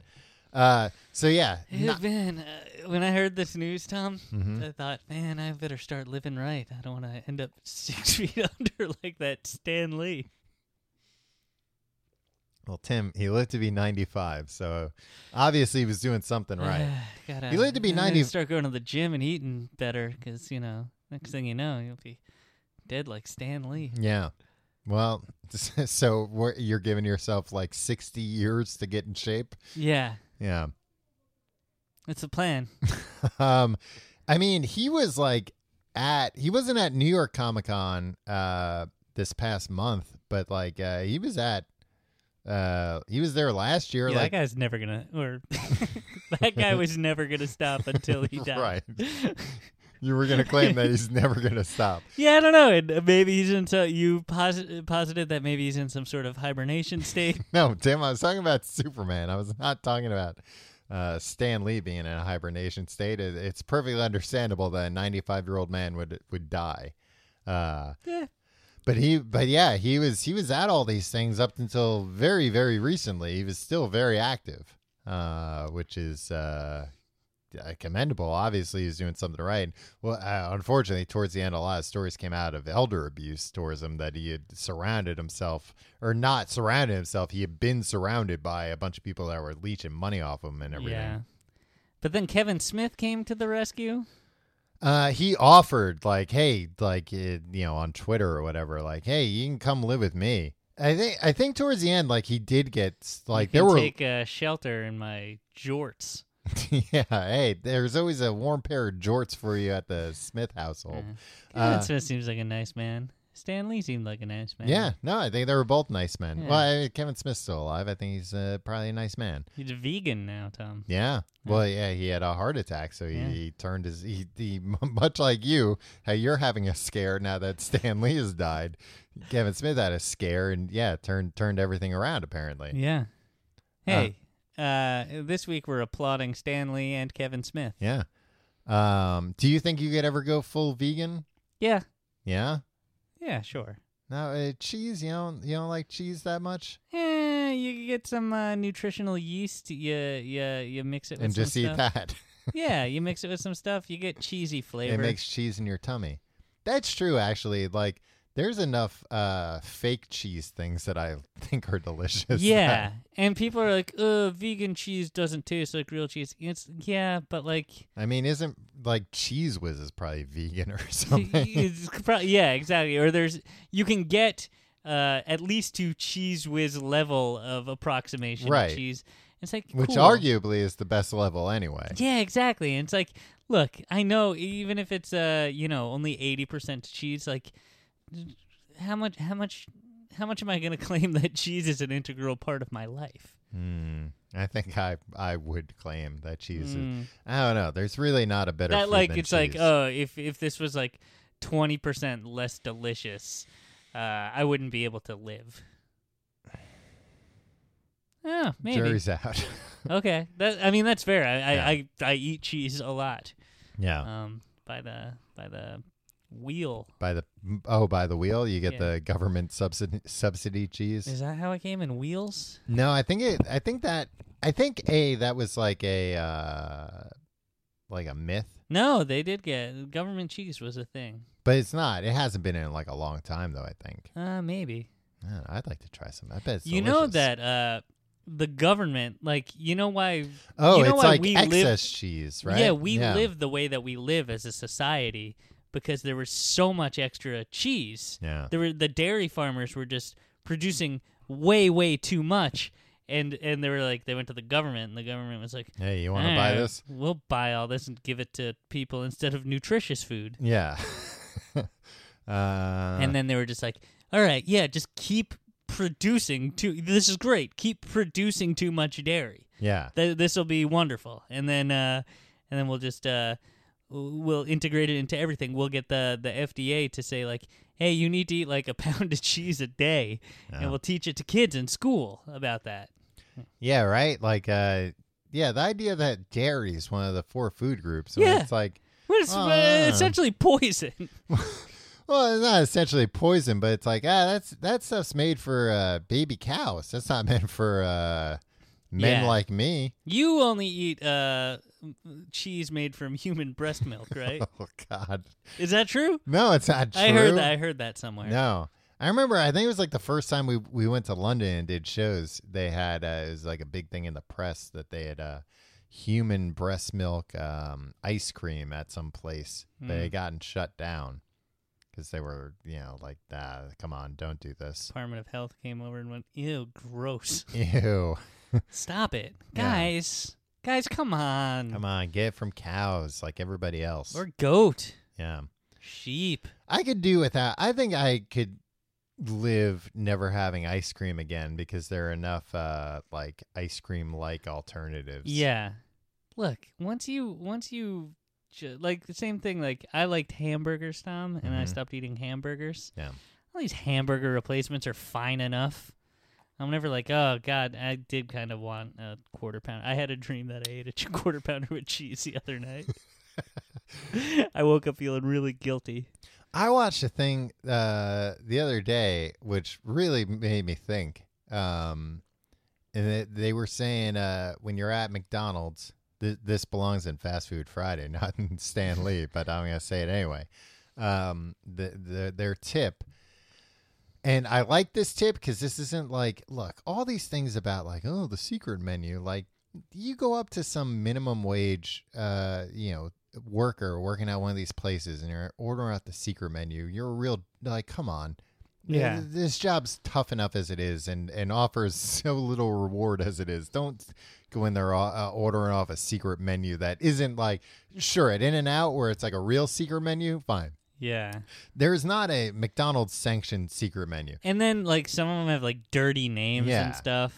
Speaker 2: Uh, so yeah,
Speaker 3: Man,
Speaker 2: not-
Speaker 3: uh, when I heard this news, Tom,
Speaker 2: Mhm.
Speaker 3: I thought, man, I better start living right. I don't want to end up six feet under like that Stan Lee.
Speaker 2: well, Tim, he lived to be ninety-five, so obviously he was doing something right.
Speaker 3: gotta,
Speaker 2: He lived to be
Speaker 3: I'm gonna
Speaker 2: 90
Speaker 3: Start going to the gym and eating better because you know, next thing you know, you'll be dead like Stan Lee.
Speaker 2: yeah. Well, so we're, you're giving yourself like sixty years to get in shape.
Speaker 3: Yeah,
Speaker 2: Yeah.
Speaker 3: that's the plan.
Speaker 2: um, I mean, he was like at he wasn't at New York Comic Con uh this past month, but like uh, he was at uh he was there last year.
Speaker 3: Yeah,
Speaker 2: like
Speaker 3: that guy's never gonna, or that guy was never gonna stop until he died.
Speaker 2: right, you were gonna claim that he's never gonna stop.
Speaker 3: Yeah, I don't know. And uh, maybe he's in. So you posit- posited that maybe he's in some sort of hibernation state.
Speaker 2: No, Tim, I was talking about Superman. I was not talking about. Uh, Stan Lee being in a hibernation state, It- it's perfectly understandable that a 95 year old man would would die. Uh,
Speaker 3: Eh,
Speaker 2: But he, but yeah, he was he was at all these things up until very very recently. He was still very active, uh, which is uh, uh, commendable. Obviously, he's doing something right. Well, uh, unfortunately, towards the end, a lot of stories came out of elder abuse towards him that he had surrounded himself, or not surrounded himself. He had been surrounded by a bunch of people that were leeching money off him and everything.
Speaker 3: yeah. But then Kevin Smith came to the rescue.
Speaker 2: Uh, he offered like, hey, like it, you know, on Twitter or whatever, like, hey, you can come live with me. I think I think towards the end, like he did get s- like
Speaker 3: You
Speaker 2: there
Speaker 3: can
Speaker 2: were
Speaker 3: take uh, shelter in my jorts.
Speaker 2: yeah. Hey, there's always a warm pair of jorts for you at the Smith household. Uh,
Speaker 3: Kevin Smith seems like a nice man. Stan Lee seemed like a nice man.
Speaker 2: Yeah, no, I think they were both nice men.
Speaker 3: Yeah.
Speaker 2: Well, I, Kevin Smith's still alive. I think he's uh, probably a nice man.
Speaker 3: He's a vegan now, Tom.
Speaker 2: Yeah. Well, yeah, he had a heart attack, so he,
Speaker 3: Yeah.
Speaker 2: he turned his he, he much like you how you're having a scare now that Stan Lee has died. Kevin Smith had a scare, and yeah, turned turned everything around apparently.
Speaker 3: Yeah.
Speaker 2: Uh,
Speaker 3: Hey, uh, this week we're applauding Stan Lee and Kevin Smith.
Speaker 2: Yeah. Um, do you think you could ever go full vegan?
Speaker 3: Yeah.
Speaker 2: Yeah.
Speaker 3: Yeah, sure.
Speaker 2: No, uh, cheese. You don't you don't like cheese that much,
Speaker 3: Yeah, Eh, you can get some uh, nutritional yeast. You, you, you mix it with
Speaker 2: and just
Speaker 3: some
Speaker 2: eat
Speaker 3: stuff.
Speaker 2: that.
Speaker 3: Yeah, you mix it with some stuff. You get cheesy flavor.
Speaker 2: it makes cheese in your tummy. That's true, actually. Like, there's enough uh, fake cheese things that I think are delicious.
Speaker 3: yeah, and people are like, "Uh, vegan cheese doesn't taste like real cheese." It's yeah, but like,
Speaker 2: I mean, isn't like Cheese Whiz is probably vegan or something?
Speaker 3: it's probably, yeah, exactly. Or there's you can get uh at least to cheese whiz level of approximation of
Speaker 2: Right.
Speaker 3: cheese. It's like
Speaker 2: Which
Speaker 3: cool.
Speaker 2: arguably is the best level anyway.
Speaker 3: Yeah, exactly. And it's like, look, I know even if it's uh, you know, only eighty percent cheese, like how much how much how much am I gonna claim that cheese is an integral part of my life?
Speaker 2: Hmm. I
Speaker 3: Mm.
Speaker 2: think I I would claim that cheese
Speaker 3: Hmm.
Speaker 2: is. I don't know. There's really not a better
Speaker 3: that
Speaker 2: food
Speaker 3: like
Speaker 2: than
Speaker 3: it's like,
Speaker 2: cheese.
Speaker 3: oh, if if this was like twenty percent less delicious, uh, I wouldn't be able to live. Yeah, maybe.
Speaker 2: jury's out.
Speaker 3: Okay. That I mean that's fair. I,
Speaker 2: Yeah. Oh.
Speaker 3: I, I, I eat cheese a lot.
Speaker 2: yeah.
Speaker 3: Um by the by the wheel.
Speaker 2: by the oh by the wheel, you get
Speaker 3: Yeah.
Speaker 2: the government subsidy subsidy cheese.
Speaker 3: Is that how it came in wheels?
Speaker 2: No, I think it. I think that. I think a that was like a uh, like a myth,
Speaker 3: No, they did get government cheese was a thing.
Speaker 2: but it's not. It hasn't been in like a long time though. I think.
Speaker 3: Uh maybe.
Speaker 2: I don't know, I'd like to try some. I bet it's
Speaker 3: you know
Speaker 2: delicious.
Speaker 3: that uh the government like you know why
Speaker 2: Oh,
Speaker 3: you know
Speaker 2: it's
Speaker 3: why
Speaker 2: like
Speaker 3: we live-
Speaker 2: excess cheese, right?
Speaker 3: Yeah, we live the way that we live as a society because there was so much extra cheese.
Speaker 2: Yeah.
Speaker 3: There were the dairy farmers were just producing way way too much and and they were like they went to the government and the government was like
Speaker 2: Hey, you want to buy
Speaker 3: "Ah,
Speaker 2: this?
Speaker 3: We'll buy all this and give it to people instead of nutritious food.
Speaker 2: Yeah. uh, Uh-huh.
Speaker 3: and then they were just like, "All right, yeah, just keep producing too. This is great. Keep producing too much dairy.
Speaker 2: yeah,
Speaker 3: Th- this will be wonderful." And then, uh, and then we'll just uh, w- we'll integrate it into everything. We'll get the the FDA to say like, "Hey, you need to eat like a pound of cheese a day,"
Speaker 2: Yeah.
Speaker 3: and we'll teach it to kids in school about that.
Speaker 2: yeah, right. Like, uh, yeah, the idea that dairy is one of the four food groups. when
Speaker 3: Yeah.
Speaker 2: it's like
Speaker 3: Well, It's
Speaker 2: Oh,
Speaker 3: uh,
Speaker 2: yeah.
Speaker 3: essentially poison.
Speaker 2: Well, it's not essentially poison, but it's like ah, that's that stuff's made for uh, baby cows. That's not meant for uh, men
Speaker 3: Yeah.
Speaker 2: like me.
Speaker 3: you only eat uh, m- cheese made from human breast milk, right?
Speaker 2: Oh God,
Speaker 3: Is that true?
Speaker 2: no, it's not true.
Speaker 3: I heard that. I heard that somewhere.
Speaker 2: No, I remember. I think it was like the first time we we went to London and did shows. They had uh, it was like a big thing in the press that they had uh, human breast milk um, ice cream at some place. They had gotten shut down because they were you know like, ah, come on, don't do this.
Speaker 3: Department of Health came over and went, "Ew, gross!
Speaker 2: Ew.
Speaker 3: Stop it,
Speaker 2: Yeah.
Speaker 3: guys! Guys, come on!
Speaker 2: Come on, get it from cows like everybody else.
Speaker 3: Hmm. Or goat,
Speaker 2: yeah.
Speaker 3: sheep.
Speaker 2: I could do without I think I could live never having ice cream again because there are enough uh like ice cream like alternatives.
Speaker 3: Yeah. Look, once you, once you, ju- like the same thing. Like I liked hamburgers, Tom, and I
Speaker 2: Mhm.
Speaker 3: stopped eating hamburgers.
Speaker 2: Yeah.
Speaker 3: All these hamburger replacements are fine enough. I'm never like, oh god, I did kind of want a quarter pound. I had a dream that I ate a ch- quarter pounder with cheese the other night. I woke up feeling really guilty.
Speaker 2: I watched a thing uh the other day which really made me think. Um and they, they were saying uh when you're at McDonald's th- this belongs in Fast Food Friday, not in Stan Lee, but I'm going to say it anyway. Um the, the their tip And I like this tip because this isn't like, look, all these things about like, oh, the secret menu. Like, you go up to some minimum wage, uh, you know, worker working at one of these places, and you're ordering out the secret menu. You're a real like, come on,
Speaker 3: Yeah.
Speaker 2: Th- This job's tough enough as it is and, and offers so little reward as it is. Don't go in there uh, ordering off a secret menu that isn't like, sure, at In and Out where it's like a real secret menu, fine.
Speaker 3: Yeah.
Speaker 2: There's not a McDonald's sanctioned secret menu.
Speaker 3: And then like some of them have like dirty names
Speaker 2: Yeah.
Speaker 3: and stuff.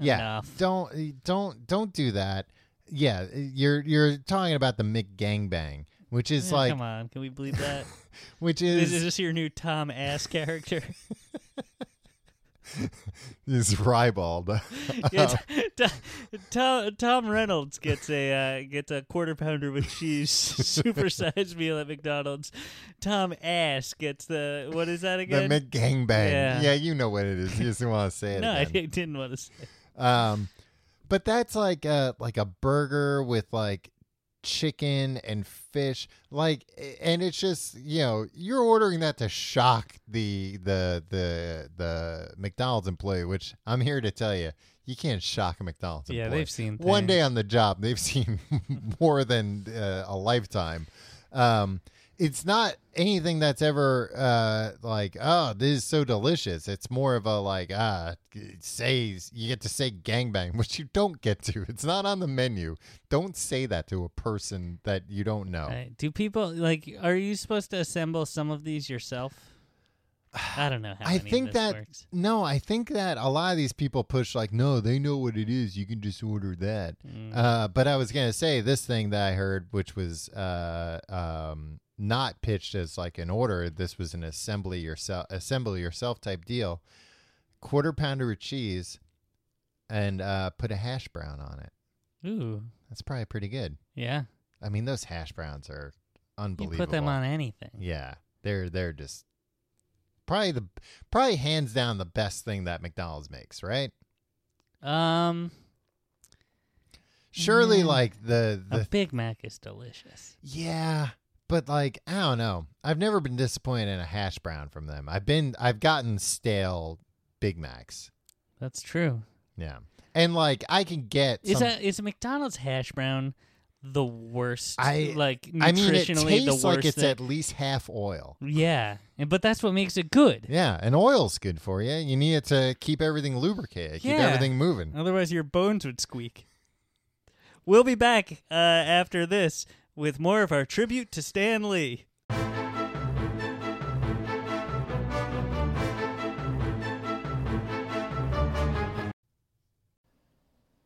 Speaker 2: Yeah.
Speaker 3: Enough.
Speaker 2: Don't don't don't do that. Yeah, you're you're talking about the McGangbang, which is
Speaker 3: Yeah,
Speaker 2: like
Speaker 3: come on, can we believe that?
Speaker 2: which
Speaker 3: is,
Speaker 2: is
Speaker 3: is this your new Tom Ass character?
Speaker 2: is ribald. Oh.
Speaker 3: Yeah, Tom, Tom, Tom Reynolds gets a uh, gets a quarter pounder with cheese supersized meal at McDonald's. Tom Ass gets the what is that
Speaker 2: the
Speaker 3: again?
Speaker 2: McGangbang. Yeah.
Speaker 3: Yeah.
Speaker 2: you know what it is. You just didn't want to say it.
Speaker 3: no, I
Speaker 2: again.
Speaker 3: di- didn't want to say.
Speaker 2: Um, but that's like a like a burger with like chicken and fish like and it's just you know you're ordering that to shock the the the the mcdonald's employee which i'm here to tell you you can't shock a mcdonald's
Speaker 3: Yeah,
Speaker 2: employee
Speaker 3: they've seen
Speaker 2: one day
Speaker 3: things.
Speaker 2: on the job they've seen more than uh, a lifetime um it's not anything that's ever uh like oh this is so delicious it's more of a like ah it says you get to say gangbang which you don't get to it's not on the menu don't say that to a person that you don't know
Speaker 3: Right. Do people like? Are you supposed to assemble some of these yourself? I don't know how.
Speaker 2: I
Speaker 3: any of
Speaker 2: think
Speaker 3: this
Speaker 2: that
Speaker 3: works.
Speaker 2: no, I think that a lot of these people push like, no, they know what it is. You can just order that.
Speaker 3: Mm.
Speaker 2: Uh, but I was gonna say this thing that I heard, which was uh, um, not pitched as like an order. This was an assembly yourself, assemble yourself type deal. Quarter pounder of cheese, and uh, put a hash brown on it.
Speaker 3: Mm. Ooh,
Speaker 2: That's probably pretty good.
Speaker 3: yeah.
Speaker 2: I mean, those hash browns are
Speaker 3: You
Speaker 2: unbelievable.
Speaker 3: put them on anything.
Speaker 2: Yeah, they're they're just probably the probably hands down the best thing that McDonald's makes, right?
Speaker 3: Um, mm.
Speaker 2: Surely,
Speaker 3: Yeah.
Speaker 2: like the
Speaker 3: a
Speaker 2: the
Speaker 3: Big Mac is delicious.
Speaker 2: yeah, but like I don't know. I've never been disappointed in a hash brown from them. I've been I've gotten stale Big Macs.
Speaker 3: That's true.
Speaker 2: Yeah, and like I can get
Speaker 3: Is
Speaker 2: some-
Speaker 3: a is a McDonald's hash brown the worst?
Speaker 2: I-
Speaker 3: like
Speaker 2: I mean, it
Speaker 3: nutritionally the
Speaker 2: tastes
Speaker 3: worst.
Speaker 2: like it's
Speaker 3: thing?
Speaker 2: at least half oil.
Speaker 3: yeah, and- but that's what makes it good.
Speaker 2: Yeah, and oil's good for you. You need it to keep everything lubricated, keep
Speaker 3: Yeah.
Speaker 2: everything moving.
Speaker 3: Otherwise, your bones would squeak. We'll be back uh, after this with more of our tribute to Stan Lee.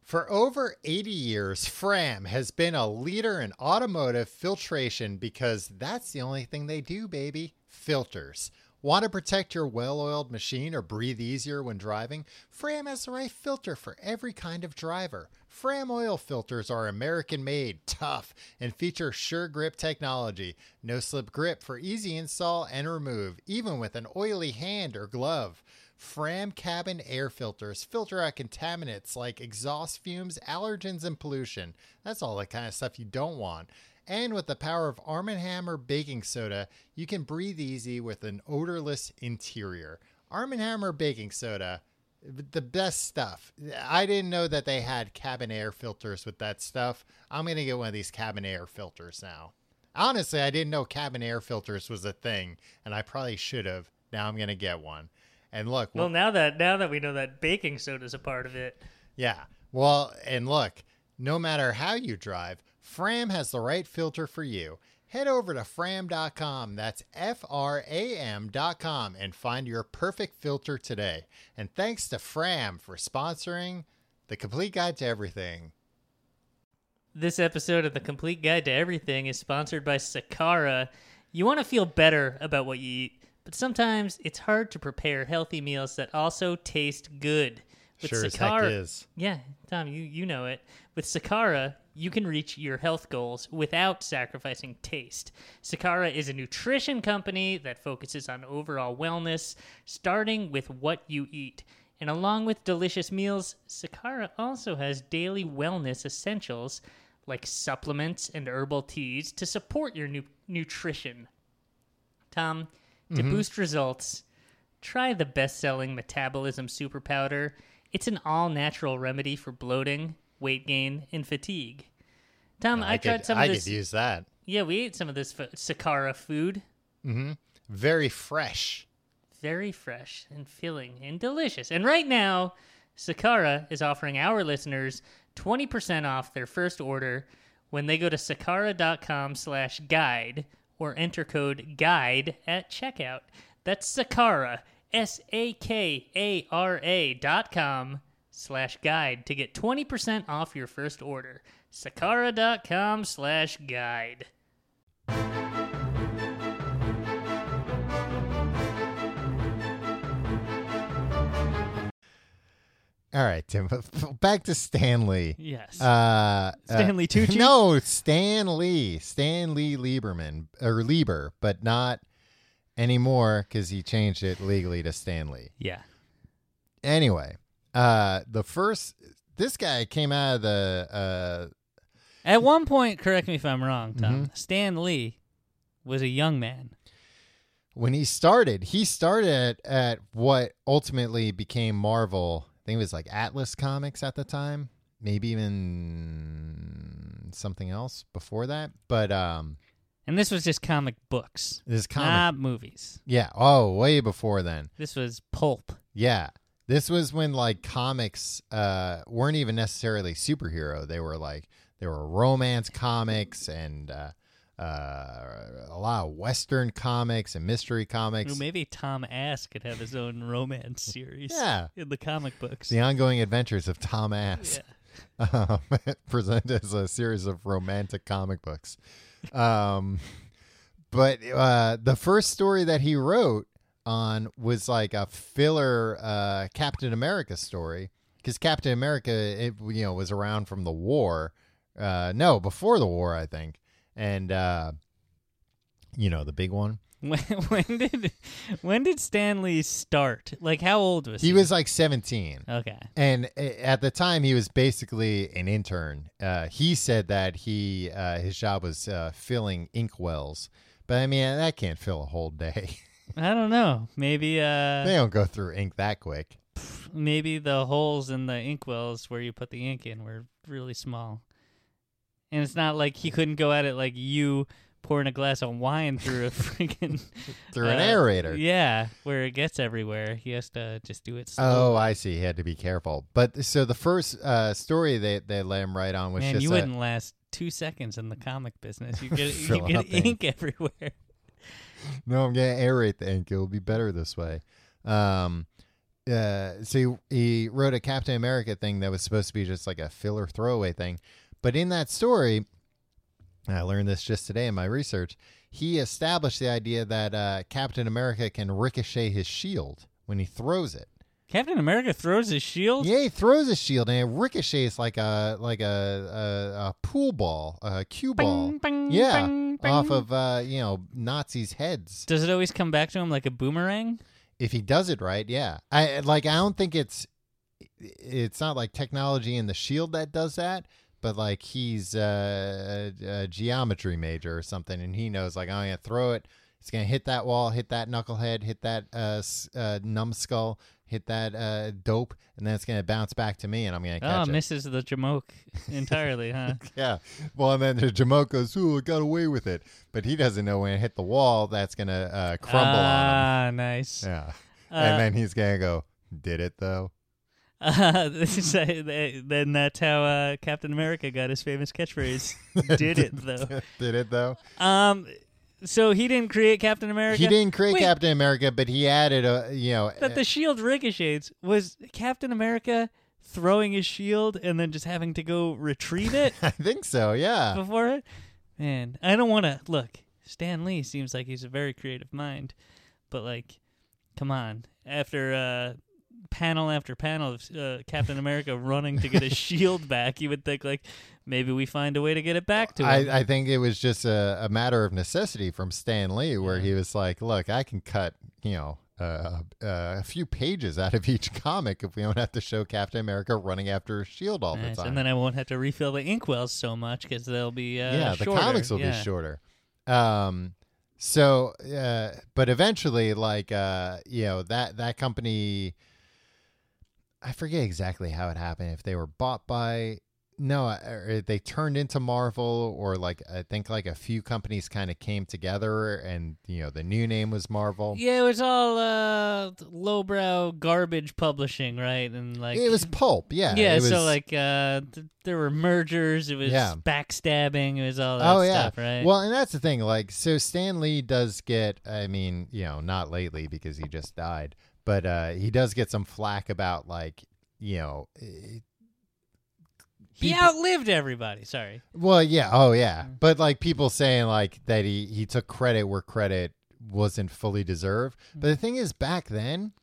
Speaker 2: For over 80 years, Fram has been a leader in automotive filtration because that's the only thing they do, baby filters. Want to protect your well oiled machine or breathe easier when driving? Fram has the right filter for every kind of driver. Fram oil filters are American made, tough, and feature sure grip technology. No slip grip for easy install and remove, even with an oily hand or glove. Fram cabin air filters filter out contaminants like exhaust fumes, allergens, and pollution. That's all the kind of stuff you don't want. And with the power of Arm & Hammer baking soda, you can breathe easy with an odorless interior. Arm & Hammer baking soda, the best stuff. I didn't know that they had cabin air filters with that stuff. I'm going to get one of these cabin air filters now. Honestly, I didn't know cabin air filters was a thing, and I probably should have. Now I'm going to get one. And look,
Speaker 3: Well, now that now that we know that baking soda's a part of it,
Speaker 2: yeah. Well, and look, no matter how you drive, Fram has the right filter for you. Head over to fram.com, that's F R A M.com, and find your perfect filter today. And thanks to Fram for sponsoring the complete guide to everything.
Speaker 3: This episode of The Complete Guide to Everything is sponsored by Sakara. You want to feel better about what you eat, but sometimes it's hard to prepare healthy meals that also taste good.
Speaker 2: sure as heck is.
Speaker 3: Yeah, Tom, you, you know it. With Sakara, you can reach your health goals without sacrificing taste. Sakara is a nutrition company that focuses on overall wellness, starting with what you eat. And along with delicious meals, Sakara also has daily wellness essentials like supplements and herbal teas to support your nu- nutrition. Tom, to boost results, try the best selling metabolism super powder. It's an all natural remedy for bloating, weight gain, and fatigue. Tom, Um, I,
Speaker 2: I,
Speaker 3: tried
Speaker 2: could,
Speaker 3: some
Speaker 2: I
Speaker 3: of this.
Speaker 2: could use that.
Speaker 3: Yeah, we ate some of this f- Sakara food.
Speaker 2: Very fresh.
Speaker 3: very fresh and filling and delicious. And right now, Sakara is offering our listeners 20% off their first order when they go to sakara.com slash guide or enter code guide at checkout. That's Sakara, S-A-K-A-R-A dot com slash guide to get 20% off your first order. Sakara.com slash guide.
Speaker 2: All right, Tim. Back to Stanley.
Speaker 3: Yes.
Speaker 2: Uh,
Speaker 3: Stanley
Speaker 2: uh,
Speaker 3: Tucci?
Speaker 2: No, Stan Lee. Stan Lee Lieberman or Lieber, but not anymore because he changed it legally to Stanley.
Speaker 3: yeah.
Speaker 2: Anyway, uh, the first this guy came out of the uh,
Speaker 3: At one point, correct me if I'm wrong, Tom,
Speaker 2: Mhm.
Speaker 3: Stan Lee was a young man.
Speaker 2: uh, when he started. He started at, at what ultimately became Marvel. I think it was like Atlas Comics at the time, maybe even something else before that. But um,
Speaker 3: And this was just comic books,
Speaker 2: this comic,
Speaker 3: not movies.
Speaker 2: yeah, oh, way before then.
Speaker 3: This was pulp.
Speaker 2: Yeah. This was when like comics uh, weren't even necessarily superhero. They were like there were romance comics and uh, uh, a lot of western comics and mystery comics.
Speaker 3: Well, maybe Tom Ass could have his own romance series
Speaker 2: Yeah.
Speaker 3: in the comic books.
Speaker 2: The ongoing adventures of Tom Ass
Speaker 3: Yeah.
Speaker 2: um, presented as a series of romantic comic books. Um, but uh, the first story that he wrote on was like a filler uh, Captain America story because Captain America, it, you know, was around from the war. Uh, no, before the war, I think, and uh, you know the big one.
Speaker 3: When, when did when did Stan Lee start? Like, how old was he?
Speaker 2: He was uh, like seventeen.
Speaker 3: okay.
Speaker 2: And a- at the time, he was basically an intern. Uh, he said that he uh, his job was uh, filling ink wells, but I mean that can't fill a whole day.
Speaker 3: I don't know. Maybe
Speaker 2: they
Speaker 3: uh,
Speaker 2: don't go through ink that quick.
Speaker 3: maybe the holes in the inkwells where you put the ink in were really small, and it's not like he couldn't go at it like you pouring a glass of wine through a freaking
Speaker 2: Through an
Speaker 3: uh,
Speaker 2: aerator.
Speaker 3: Yeah, where it gets everywhere. He has to just do it. Slow.
Speaker 2: Oh, I see. He had to be careful. But so the first uh, story they they let him write on was
Speaker 3: man,
Speaker 2: just
Speaker 3: you
Speaker 2: a-
Speaker 3: wouldn't last two seconds in the comic business. You get you
Speaker 2: Fill up
Speaker 3: get
Speaker 2: ink.
Speaker 3: ink everywhere.
Speaker 2: no, I'm gonna aerate the ink. It'll be better this way. Um, uh, so he, he wrote a Captain America thing that was supposed to be just like a filler throwaway thing, but in that story, and I learned this just today in my research. He established the idea that uh, Captain America can ricochet his shield when he throws it.
Speaker 3: Captain America throws his shield.
Speaker 2: Yeah, he throws his shield and it ricochets like a like a a, a pool ball, a cue ball.
Speaker 3: Bing, bing,
Speaker 2: yeah,
Speaker 3: bing,
Speaker 2: off
Speaker 3: bing.
Speaker 2: of uh, you know Nazis' heads.
Speaker 3: Does it always come back to him like a boomerang?
Speaker 2: if he does it right, yeah. I like I don't think it's it's not like technology in the shield that does that, but like he's uh, a, a geometry major or something, and he knows like I'm gonna throw it. It's gonna hit that wall, hit that knucklehead, hit that uh, s- uh, numbskull, hit that uh, dope, and then it's gonna bounce back to me, and I'm gonna
Speaker 3: Oh,
Speaker 2: catch it.
Speaker 3: misses the Jamoke entirely, huh?
Speaker 2: Yeah. Well, and then the Jamoke goes, "Ooh, I got away with it," but he doesn't know when it hit the wall, that's gonna uh, crumble on him.
Speaker 3: ah, nice.
Speaker 2: Yeah.
Speaker 3: Uh,
Speaker 2: and then he's gonna go, "Did it though?"
Speaker 3: Uh, this is, uh, then that's how uh, Captain America got his famous catchphrase. Did it though?
Speaker 2: Did it though?
Speaker 3: Um, so he didn't create Captain America.
Speaker 2: He didn't create
Speaker 3: Wait.
Speaker 2: Captain America, but he added a you know
Speaker 3: that the shield ricochets was Captain America throwing his shield and then just having to go retrieve it
Speaker 2: I think so, yeah.
Speaker 3: before it. Man, I don't want to look. Stan Lee seems like he's a very creative mind, but like, come on. After uh, panel after panel of uh, Captain America running to get his shield back, you would think like maybe we find a way to get it back to him.
Speaker 2: I, I think it was just a, a matter of necessity from Stan Lee, where he was like, "Look, I can cut you know uh, uh, a few pages out of each comic if we don't have to show Captain America running after a shield all
Speaker 3: Nice.
Speaker 2: the time."
Speaker 3: And then I won't have to refill the inkwells so much because they'll be uh,
Speaker 2: yeah, the
Speaker 3: shorter.
Speaker 2: comics will
Speaker 3: Yeah.
Speaker 2: be shorter. Um, so, uh, but eventually, like, uh, you know, that that company, I forget exactly how it happened. If they were bought by no, uh, they turned into Marvel, or like I think like a few companies kind of came together, and you know the new name was Marvel.
Speaker 3: Yeah, it was all uh, lowbrow garbage publishing, right? And like
Speaker 2: it was pulp, yeah.
Speaker 3: yeah,
Speaker 2: it was,
Speaker 3: so like uh, th- there were mergers. It was
Speaker 2: Yeah.
Speaker 3: backstabbing. It was all that
Speaker 2: oh yeah,
Speaker 3: stuff, right?
Speaker 2: well, and that's the thing. Like, so Stan Lee does get. I mean, you know, not lately because he just died, but uh he does get some flack about like you know. eh,
Speaker 3: he
Speaker 2: people-
Speaker 3: outlived everybody. Sorry.
Speaker 2: Well, yeah, oh yeah,
Speaker 3: Mm-hmm.
Speaker 2: but like people saying like that he he took credit where credit wasn't fully deserved. But the
Speaker 3: Mm-hmm.
Speaker 2: thing is, back then,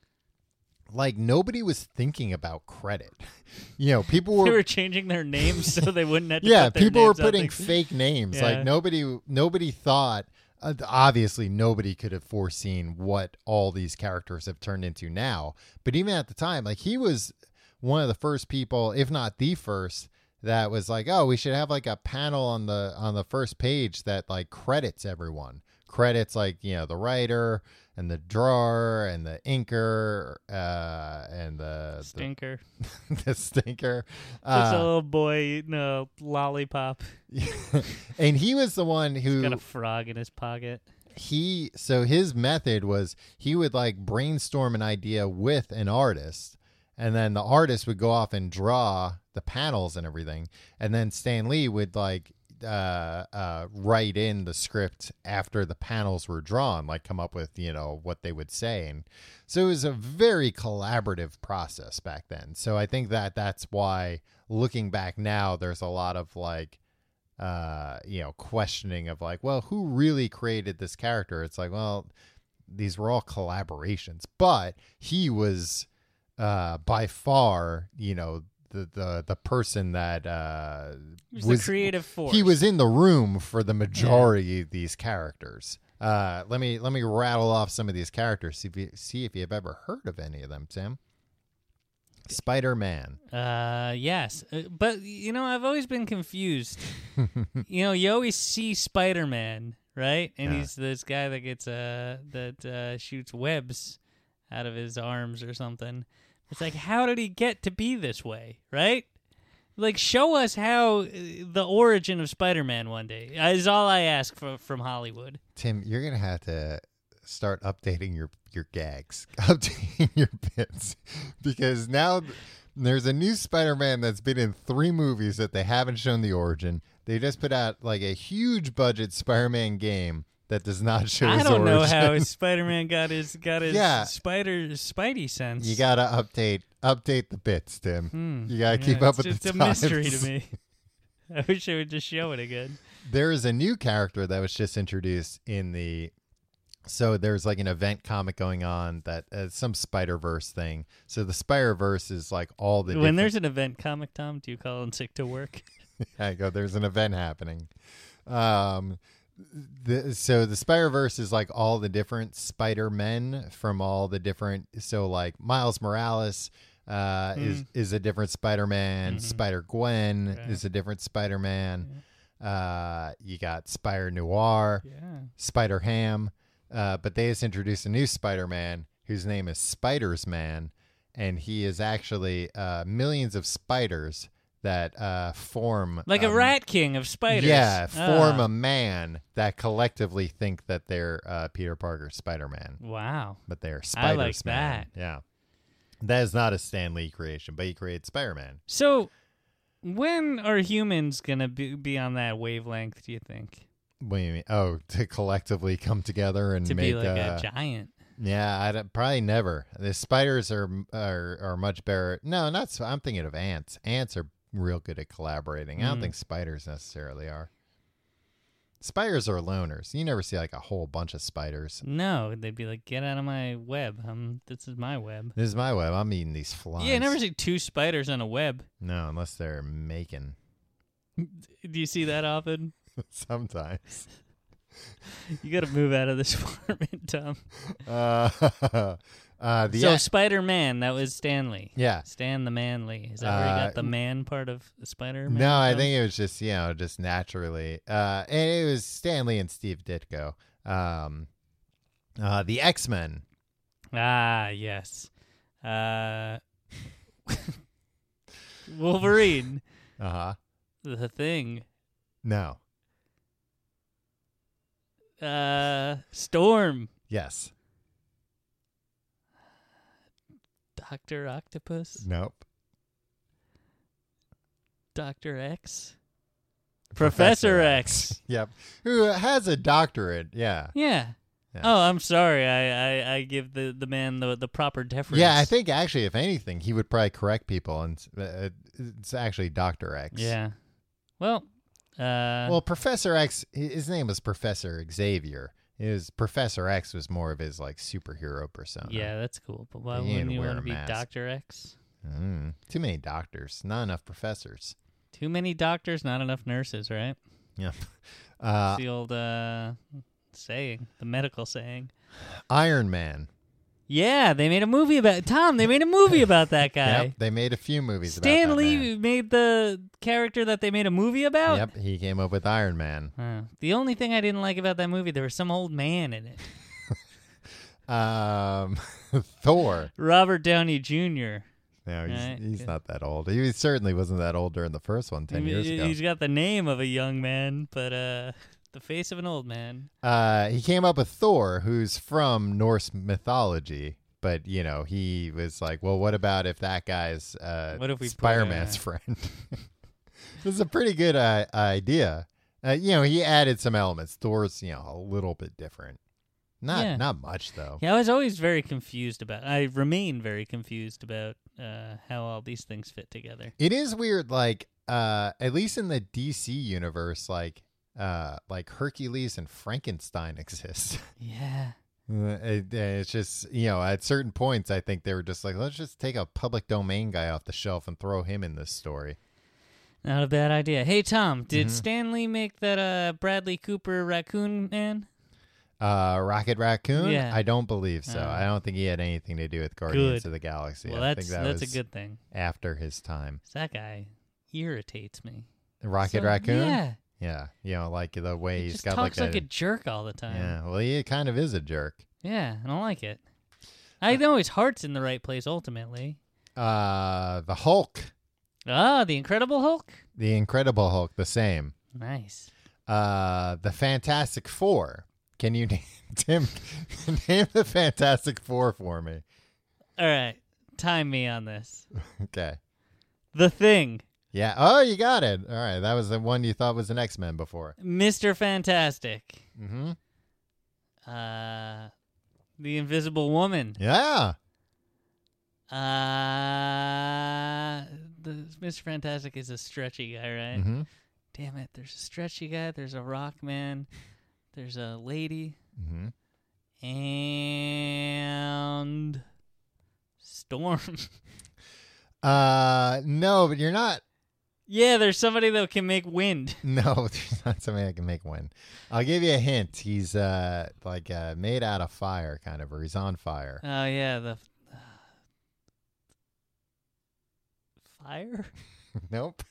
Speaker 2: like nobody was thinking about credit. you know, people
Speaker 3: they
Speaker 2: were
Speaker 3: were changing their names so they wouldn't have to
Speaker 2: yeah,
Speaker 3: put their
Speaker 2: people were
Speaker 3: names out
Speaker 2: putting
Speaker 3: there.
Speaker 2: fake names.
Speaker 3: Yeah.
Speaker 2: Like nobody nobody thought. Uh, obviously, nobody could have foreseen what all these characters have turned into now. But even at the time, like he was one of the first people, if not the first, that was like, oh, we should have like a panel on the on the first page that like credits everyone. Credits like you know the writer and the drawer and the inker uh, and the
Speaker 3: stinker.
Speaker 2: the, the stinker.
Speaker 3: Just a
Speaker 2: Uh,
Speaker 3: little boy eating a lollipop.
Speaker 2: and he was the one who
Speaker 3: Got a frog in his pocket.
Speaker 2: he so his method was he would like brainstorm an idea with an artist and then the artist would go off and draw the panels and everything and then stan lee would like uh, uh, write in the script after the panels were drawn like come up with you know what they would say and so it was a very collaborative process back then so i think that that's why looking back now there's a lot of like uh, you know, questioning of like, well, who really created this character? It's like, well, these were all collaborations, but he was uh, by far, you know, the the the person that uh,
Speaker 3: He was, the creative force.
Speaker 2: he was in the room for the majority of these characters. Uh, let me let me rattle off some of these characters. See if you, see if you have ever heard of any of them, Tim. Spider Man.
Speaker 3: Uh, yes, Uh, but you know, I've always been confused. you know, you always see Spider Man, right? And
Speaker 2: Yeah.
Speaker 3: he's this guy that gets uh that uh, shoots webs out of his arms or something. It's like, how did he get to be this way, right? Like, show us how uh, the origin of Spider Man one day Uh, is all I ask for, from Hollywood.
Speaker 2: Tim, you're gonna have to start updating your your gags, updating your bits, because now th- there's a new Spider-Man that's been in three movies that they haven't shown the origin. They just put out like a huge budget Spider-Man game that does not show.
Speaker 3: I
Speaker 2: his
Speaker 3: don't know
Speaker 2: origin.
Speaker 3: how Spider Man got his got his
Speaker 2: Yeah.
Speaker 3: spider spidey sense.
Speaker 2: you gotta update update the bits, Tim.
Speaker 3: Hmm.
Speaker 2: You gotta
Speaker 3: Yeah,
Speaker 2: keep up
Speaker 3: it's
Speaker 2: with
Speaker 3: just
Speaker 2: the
Speaker 3: a mystery
Speaker 2: times.
Speaker 3: to me. I wish they would just show it again.
Speaker 2: there is a new character that was just introduced in the so there's like an event comic going on that uh, some Spider Verse thing. So the Spider Verse is like all the
Speaker 3: when
Speaker 2: different-
Speaker 3: there's an event, comic Tom, do you call in sick to work?
Speaker 2: I go there's an event happening. Um, the, so the Spider Verse is like all the different Spider Men from all the different. So like Miles Morales uh, is is a different Spider Man. Spider Gwen
Speaker 3: Okay.
Speaker 2: is a different Spider Man. Uh, you got Spider Noir.
Speaker 3: Yeah.
Speaker 2: Spider Ham, uh, but they just introduced a new Spider Man whose name is Spiders Man, and he is actually uh, millions of spiders that uh, form
Speaker 3: Like a
Speaker 2: um,
Speaker 3: rat king of spiders.
Speaker 2: Yeah, form
Speaker 3: Ah,
Speaker 2: a man that collectively think that they're uh, Peter Parker, Spider Man,
Speaker 3: Wow.
Speaker 2: but they're
Speaker 3: I
Speaker 2: Spiders
Speaker 3: like
Speaker 2: Man. Yeah, that is not a Stan Lee creation, but he created Spider Man.
Speaker 3: So, when are humans going to be, be on that wavelength, do you think?
Speaker 2: What do you mean? Oh, to collectively come together and
Speaker 3: To
Speaker 2: make
Speaker 3: be like
Speaker 2: uh,
Speaker 3: a giant?
Speaker 2: Yeah, I don't- probably never. The spiders are are are much better. No, not. sp- I'm thinking of ants. Ants are real good at collaborating. I don't
Speaker 3: Mm.
Speaker 2: think spiders necessarily are. Spiders are loners. You never see like a whole bunch of spiders.
Speaker 3: No, they'd be like, get out of my web. Um, this is my web.
Speaker 2: This is my web. I'm eating these flies.
Speaker 3: Yeah, I never see two spiders on a web.
Speaker 2: No, unless they're making
Speaker 3: Do you see that often?
Speaker 2: sometimes.
Speaker 3: You got to move out of this apartment, Tom.
Speaker 2: Uh, uh, the
Speaker 3: so
Speaker 2: a-
Speaker 3: Spider Man, that was Stanley.
Speaker 2: yeah.
Speaker 3: Stan the Manly. Is that where you
Speaker 2: Uh,
Speaker 3: got the man part of Spider Man?
Speaker 2: No, I think it was just you know just naturally, uh, and it was Stanley and Steve Ditko. Um, uh, the X Men.
Speaker 3: Ah, yes. Uh, Wolverine, Uh-huh.
Speaker 2: Uh huh.
Speaker 3: The Thing,
Speaker 2: No.
Speaker 3: uh, Storm,
Speaker 2: Yes.
Speaker 3: Doctor Octopus,
Speaker 2: Nope.
Speaker 3: Doctor X,
Speaker 2: Professor
Speaker 3: Professor X.
Speaker 2: Yep. Who has a doctorate? Yeah.
Speaker 3: Yeah.
Speaker 2: Yeah.
Speaker 3: Oh, I'm sorry. I, I, I give the, the man the the proper deference.
Speaker 2: Yeah, I think actually, if anything, he would probably correct people, and s- uh, it's actually Doctor X.
Speaker 3: Yeah. Well. Uh,
Speaker 2: Well, Professor X, hi- his name was Professor Xavier. His Professor X was more of his like superhero persona.
Speaker 3: yeah, that's cool. But why
Speaker 2: He
Speaker 3: wouldn't
Speaker 2: ain't
Speaker 3: you
Speaker 2: wear
Speaker 3: want
Speaker 2: a
Speaker 3: to be
Speaker 2: mask.
Speaker 3: Doctor X?
Speaker 2: Mm. Too many doctors, not enough professors.
Speaker 3: Too many doctors, not enough nurses, right?
Speaker 2: Yeah. Uh,
Speaker 3: It's the old uh, saying, the medical saying.
Speaker 2: Iron Man.
Speaker 3: Yeah, they made a movie about Tom. They made a movie about that guy.
Speaker 2: Yep. They made a few movies. about
Speaker 3: Stan
Speaker 2: that
Speaker 3: Lee
Speaker 2: man.
Speaker 3: made the character that they made a movie about.
Speaker 2: Yep. He came up with Iron Man.
Speaker 3: Huh. the only thing I didn't like about that movie, there was some old man in it,
Speaker 2: Um, Thor.
Speaker 3: Robert Downey Jr.
Speaker 2: No, he's,
Speaker 3: Alright,
Speaker 2: he's
Speaker 3: good.
Speaker 2: not that old. He certainly wasn't that old during the first one, ten years
Speaker 3: He-
Speaker 2: ago.
Speaker 3: He's got the name of a young man, but uh, the face of an old man.
Speaker 2: Uh, he came up with Thor, who's from Norse mythology, but you know he was like, well, what about if that guy's uh,
Speaker 3: What if we put,
Speaker 2: Spider-Man's
Speaker 3: uh,
Speaker 2: friend? this is a pretty good uh, idea. Uh, you know, he added some elements. Thor's you know a little bit different. Not
Speaker 3: Yeah.
Speaker 2: not much though.
Speaker 3: Yeah, I was always very confused about. I remain very confused about uh, how all these things fit together.
Speaker 2: It is weird, like uh, at least in the DC universe, like uh, like Hercules and Frankenstein exist.
Speaker 3: Yeah.
Speaker 2: Uh, it- uh, It's just you know, at certain points, I think they were just like, let's just take a public domain guy off the shelf and throw him in this story.
Speaker 3: Not a bad idea. Hey Tom, did
Speaker 2: Mm-hmm.
Speaker 3: Stanley make that uh Bradley Cooper raccoon man?
Speaker 2: Uh, Rocket Raccoon.
Speaker 3: Yeah.
Speaker 2: I don't believe so.
Speaker 3: Uh,
Speaker 2: I don't think he had anything to do with Guardians
Speaker 3: good.
Speaker 2: of the Galaxy.
Speaker 3: well,
Speaker 2: I
Speaker 3: that's
Speaker 2: think that
Speaker 3: that's
Speaker 2: was
Speaker 3: a good thing.
Speaker 2: after his time.
Speaker 3: 'Cause That guy irritates me.
Speaker 2: Rocket
Speaker 3: So-
Speaker 2: Raccoon.
Speaker 3: Yeah,
Speaker 2: yeah, you know, like the way
Speaker 3: he
Speaker 2: has
Speaker 3: just
Speaker 2: got
Speaker 3: talks
Speaker 2: like,
Speaker 3: like, a, uh, jerk all the time. Yeah.
Speaker 2: yeah. Well, he kind of is a jerk.
Speaker 3: I don't like it. I know his heart's in the right place ultimately.
Speaker 2: Uh, the Hulk,
Speaker 3: Ah, the Incredible Hulk.
Speaker 2: the Incredible Hulk, the same.
Speaker 3: Nice.
Speaker 2: Uh, the Fantastic Four. Can you name Tim? name the Fantastic Four for me?
Speaker 3: All right, time me on this.
Speaker 2: Okay.
Speaker 3: The Thing,
Speaker 2: Yeah. Oh, you got it. All right. That was the one you thought was an X Men before.
Speaker 3: Mister Fantastic,
Speaker 2: Mm-hmm.
Speaker 3: uh, the Invisible Woman.
Speaker 2: Yeah.
Speaker 3: Uh, the Mr. Fantastic is a stretchy guy, right?
Speaker 2: Mm-hmm.
Speaker 3: Damn it, there's a stretchy guy, there's a rock man, there's a lady,
Speaker 2: Mm-hmm.
Speaker 3: and Storm.
Speaker 2: Uh, no, but you're not.
Speaker 3: yeah, there's somebody that can make wind.
Speaker 2: No, there's not somebody I can make one. I'll give you a hint. He's uh like uh made out of fire, kind of, or he's on fire.
Speaker 3: Oh yeah, the uh, fire,
Speaker 2: nope.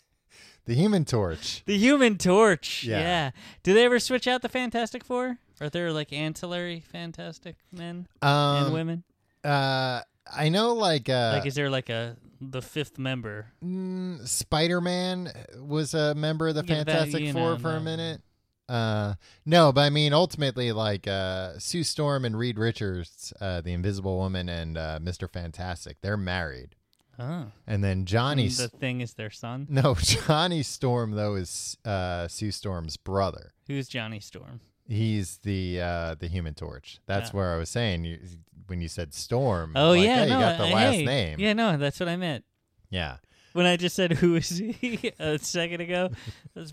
Speaker 2: The Human Torch.
Speaker 3: the Human Torch.
Speaker 2: Yeah.
Speaker 3: Yeah. Do they ever switch out the Fantastic Four? Are there like ancillary Fantastic men
Speaker 2: Um,
Speaker 3: and women?
Speaker 2: Uh, I know, like uh,
Speaker 3: like is there like a the fifth member
Speaker 2: mm, Spider-Man was a member of the
Speaker 3: Yeah, but that-
Speaker 2: Fantastic
Speaker 3: you
Speaker 2: Four
Speaker 3: know,
Speaker 2: for a
Speaker 3: no.
Speaker 2: minute. Uh, no, but I mean, ultimately, like uh, Sue Storm and Reed Richards, uh, the Invisible Woman, and uh, Mister Fantastic, they're married.
Speaker 3: oh
Speaker 2: And then Johnny,
Speaker 3: and the thing is their son
Speaker 2: no, Johnny Storm though is uh, Sue Storm's brother.
Speaker 3: who's johnny storm
Speaker 2: He's the uh, the Human Torch. That's
Speaker 3: Yeah.
Speaker 2: where I was saying you, when you said Storm.
Speaker 3: oh
Speaker 2: like,
Speaker 3: yeah
Speaker 2: hey,
Speaker 3: no,
Speaker 2: you got the
Speaker 3: I-
Speaker 2: last
Speaker 3: hey,
Speaker 2: name.
Speaker 3: yeah no that's what i meant
Speaker 2: yeah.
Speaker 3: when i just said who is he a second ago that's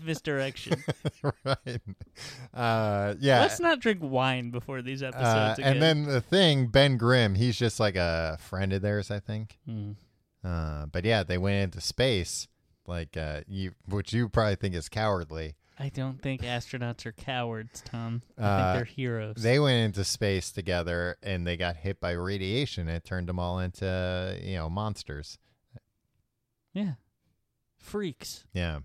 Speaker 3: misdirection
Speaker 2: right. Uh, yeah.
Speaker 3: let's not drink wine before these episodes
Speaker 2: Uh,
Speaker 3: again.
Speaker 2: and then the thing, Ben Grimm, he's just like a friend of theirs, I think.
Speaker 3: Hmm.
Speaker 2: Uh, but yeah, they went into space, like uh, you, which you probably think is cowardly.
Speaker 3: i don't think astronauts are cowards tom i
Speaker 2: Uh,
Speaker 3: think they're heroes
Speaker 2: They went into space together, and they got hit by radiation. It turned them all into you know monsters.
Speaker 3: yeah freaks
Speaker 2: Yeah.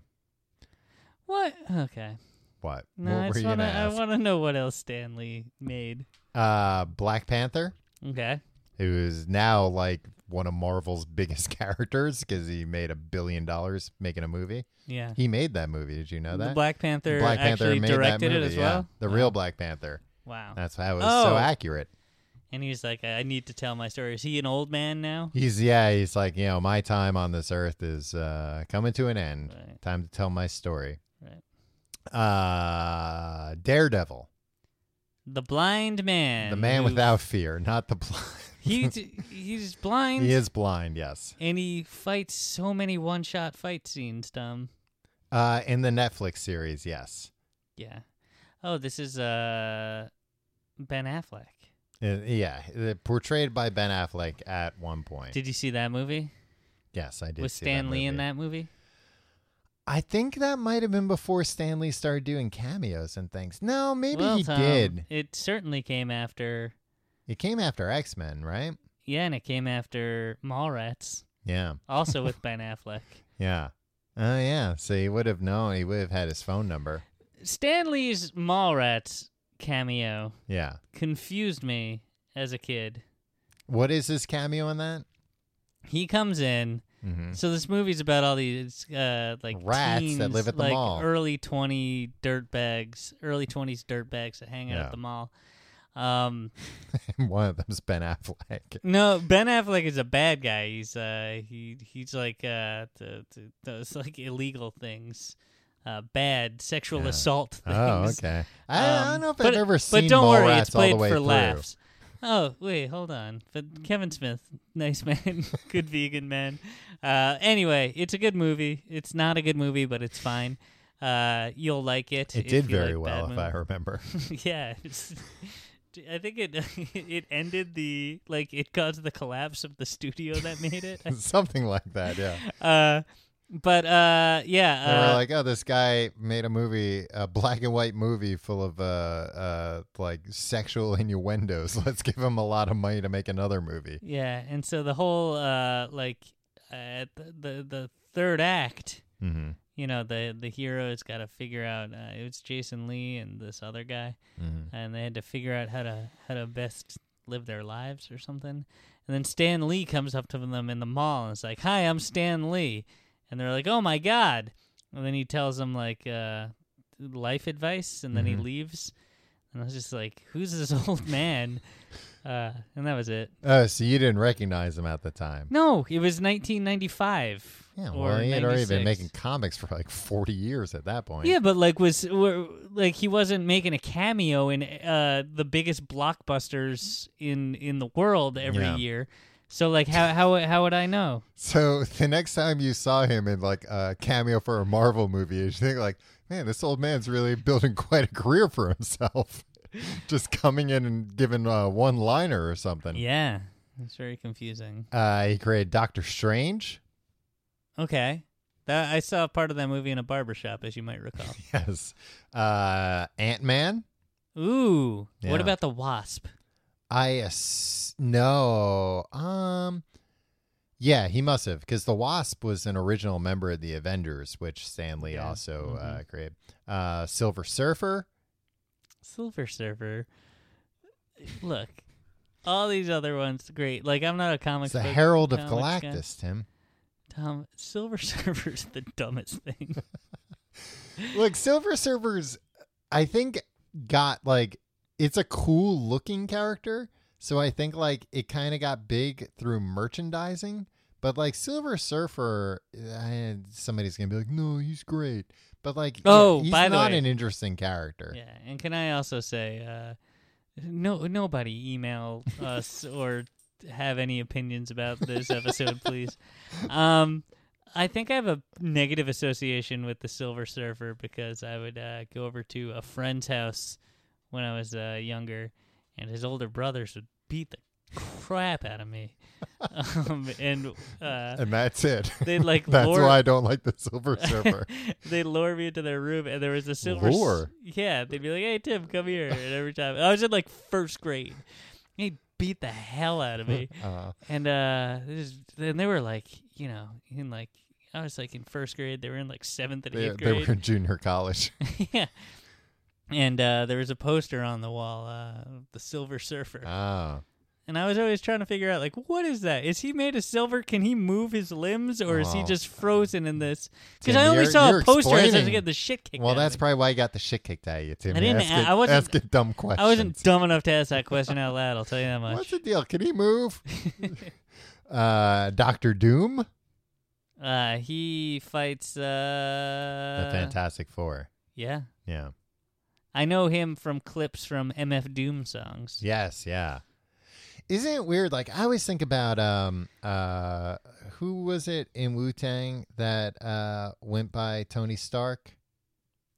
Speaker 3: what okay
Speaker 2: What?
Speaker 3: no
Speaker 2: what
Speaker 3: i
Speaker 2: were
Speaker 3: just
Speaker 2: you gonna
Speaker 3: want to i
Speaker 2: ask?
Speaker 3: want to know what else stanley made
Speaker 2: Uh, Black Panther
Speaker 3: okay
Speaker 2: who's now like one of Marvel's biggest characters because he made a billion dollars making a movie.
Speaker 3: Yeah.
Speaker 2: He made that movie. Did you know
Speaker 3: The
Speaker 2: that?
Speaker 3: Black Panther actually directed it as
Speaker 2: yeah.
Speaker 3: well.
Speaker 2: The
Speaker 3: Wow.
Speaker 2: real Black Panther.
Speaker 3: Wow.
Speaker 2: That's how it was
Speaker 3: Oh.
Speaker 2: so accurate.
Speaker 3: And he's like, I need to tell my story. Is he an old man now?
Speaker 2: He's yeah, he's like, you know, my time on this earth is uh coming to an end.
Speaker 3: Right.
Speaker 2: Time to tell my story.
Speaker 3: Right.
Speaker 2: Uh Daredevil.
Speaker 3: The blind man.
Speaker 2: the man
Speaker 3: who-
Speaker 2: without fear, not the blind.
Speaker 3: He d- he's blind.
Speaker 2: he is blind, yes.
Speaker 3: And he fights so many one-shot fight scenes, Tom.
Speaker 2: Uh in the Netflix series, yes.
Speaker 3: Yeah. Oh, this is uh Ben Affleck.
Speaker 2: Uh, yeah, uh, portrayed by Ben Affleck at one point.
Speaker 3: Did you see that movie?
Speaker 2: yes, I did.
Speaker 3: Was
Speaker 2: see
Speaker 3: Stan Lee in
Speaker 2: movie.
Speaker 3: that movie?
Speaker 2: I think that might have been before Stan Lee started doing cameos and things. No, maybe
Speaker 3: well,
Speaker 2: he
Speaker 3: Tom,
Speaker 2: did.
Speaker 3: It certainly came after.
Speaker 2: It came after X Men, right?
Speaker 3: Yeah, and it came after Mallrats,
Speaker 2: Yeah,
Speaker 3: also with Ben Affleck.
Speaker 2: yeah. Oh, yeah. So he would have known. He would have had his phone number.
Speaker 3: Stan Lee's Mallrats cameo
Speaker 2: Yeah.
Speaker 3: confused me as a kid.
Speaker 2: What is his cameo in that?
Speaker 3: He comes in.
Speaker 2: Mm-hmm.
Speaker 3: So this movie's about all these uh, like
Speaker 2: Rats that
Speaker 3: teens,
Speaker 2: live at the
Speaker 3: like
Speaker 2: mall.
Speaker 3: early twenty dirtbags, early twenties dirtbags that hang out
Speaker 2: Yeah.
Speaker 3: at the mall. Um,
Speaker 2: One of them's Ben Affleck.
Speaker 3: no, Ben Affleck is a bad guy. He's uh, he he's like uh, the, the, those like illegal things, uh, bad sexual
Speaker 2: Yeah.
Speaker 3: assault things.
Speaker 2: Oh, okay. I, I
Speaker 3: Um,
Speaker 2: don't know if
Speaker 3: but,
Speaker 2: I've ever seen
Speaker 3: But don't worry,
Speaker 2: Mallrats
Speaker 3: it's
Speaker 2: all the
Speaker 3: played
Speaker 2: way
Speaker 3: for
Speaker 2: through.
Speaker 3: laughs. Oh wait, hold on. But Kevin Smith, nice man, good vegan man. Uh, anyway, it's a good movie. It's not a good movie, but it's fine. Uh, you'll like it.
Speaker 2: It
Speaker 3: if
Speaker 2: did
Speaker 3: you
Speaker 2: very
Speaker 3: like
Speaker 2: well,
Speaker 3: bad
Speaker 2: if I remember.
Speaker 3: movies. yeah. it's- I think it it ended the like it caused the collapse of the studio that made it.
Speaker 2: Something like that, yeah.
Speaker 3: Uh, but uh, yeah,
Speaker 2: They
Speaker 3: uh,
Speaker 2: were like, oh, this guy made a movie, a black and white movie full of uh, uh, like sexual innuendos. Let's give him a lot of money to make another movie.
Speaker 3: yeah, and so the whole uh, like uh, the, the the third act
Speaker 2: Mm-hmm.
Speaker 3: you know the the hero has got to figure out uh, it was Jason Lee and this other guy
Speaker 2: Mm-hmm.
Speaker 3: and they had to figure out how to how to best live their lives or something and then Stan Lee comes up to them in the mall and is like hi I'm Stan Lee and they're like oh my god and then he tells them like uh, life advice and then
Speaker 2: Mhm.
Speaker 3: he leaves and I was just like who's this old man uh, and that was it
Speaker 2: Oh, so you didn't recognize him at the time?
Speaker 3: no it was 1995
Speaker 2: Yeah,
Speaker 3: or
Speaker 2: well, he had already been
Speaker 3: 96.
Speaker 2: making comics for like 40 years at that point.
Speaker 3: Yeah, but like was were, like he wasn't making a cameo in uh the biggest blockbusters in in the world every
Speaker 2: Yeah.
Speaker 3: year. So like how how how would I know?
Speaker 2: So the next time you saw him in like a cameo for a Marvel movie, you should think like, man, this old man's really building quite a career for himself. Just coming in and giving uh, one liner or something.
Speaker 3: Yeah. It's very confusing.
Speaker 2: Uh, he created Doctor Strange.
Speaker 3: Okay. That I saw part of that movie in a barbershop as you might recall.
Speaker 2: Yes. Uh, Ant Man.
Speaker 3: Ooh.
Speaker 2: Yeah.
Speaker 3: What about the wasp?
Speaker 2: I ass- no. Um. Yeah, he must have because the Wasp was an original member of the Avengers, which Stanley
Speaker 3: Yeah.
Speaker 2: also uh,
Speaker 3: Mhm.
Speaker 2: created. Uh, Silver Surfer.
Speaker 3: Silver Surfer. Look. All these other ones great. Like I'm not a comic
Speaker 2: It's the
Speaker 3: book
Speaker 2: Herald of
Speaker 3: comics guy.
Speaker 2: Galactus, Tim.
Speaker 3: Tom, Silver Surfer's the dumbest thing.
Speaker 2: Look, Silver Surfer's, I think, got like, it's a cool looking character. So I think like it kind of got big through merchandising. But like Silver Surfer, I, somebody's going to be like, no, he's great. But like,
Speaker 3: Oh,
Speaker 2: he's
Speaker 3: by the
Speaker 2: not
Speaker 3: way.
Speaker 2: an interesting character.
Speaker 3: Yeah, and can I also say, uh, no, nobody email us or have any opinions about this episode, please. Um, I think I have a negative association with the Silver Surfer because I would uh, go over to a friend's house when I was uh, younger, and his older brothers would beat the crap out of me, um, and uh,
Speaker 2: And that's it.
Speaker 3: they'd like
Speaker 2: that's
Speaker 3: lure
Speaker 2: why I don't like the Silver Surfer.
Speaker 3: they lure me into their room, and there was a silver.
Speaker 2: Lure?
Speaker 3: yeah, they'd be like, "Hey Tim, come here!" And every time I was in like first grade, he beat the hell out of me,
Speaker 2: uh,
Speaker 3: and uh, they just, and they were like, you know, in like I was like in first grade, they were in like seventh and
Speaker 2: they,
Speaker 3: eighth
Speaker 2: they
Speaker 3: grade,
Speaker 2: were in junior college.
Speaker 3: yeah. And uh, there was a poster on the wall, uh, of the Silver Surfer,
Speaker 2: oh.
Speaker 3: And I was always trying to figure out, like, what is that? Is he made of silver? Can he move his limbs, or is he
Speaker 2: Oh. Mm.
Speaker 3: just frozen in this? Because
Speaker 2: Tim,
Speaker 3: I only
Speaker 2: you're-
Speaker 3: saw
Speaker 2: you're
Speaker 3: a poster as I was
Speaker 2: explaining.
Speaker 3: getting the shit kicked.
Speaker 2: Well,
Speaker 3: out of
Speaker 2: that's
Speaker 3: me.
Speaker 2: probably why you got the shit kicked out of you, Tim.
Speaker 3: I didn't-
Speaker 2: Asking,
Speaker 3: I wasn't-
Speaker 2: asking dumb questions.
Speaker 3: I wasn't dumb enough to ask that question out loud. I'll tell you that much.
Speaker 2: What's the deal? Can he move? uh, Doctor Doom,
Speaker 3: Uh, he fights. Uh,
Speaker 2: the Fantastic Four.
Speaker 3: Yeah,
Speaker 2: Yeah.
Speaker 3: I know him from clips from MF Doom songs.
Speaker 2: Yes. Yeah. Isn't it weird? Like I always think about um uh who was it in Wu Tang that uh went by Tony Stark?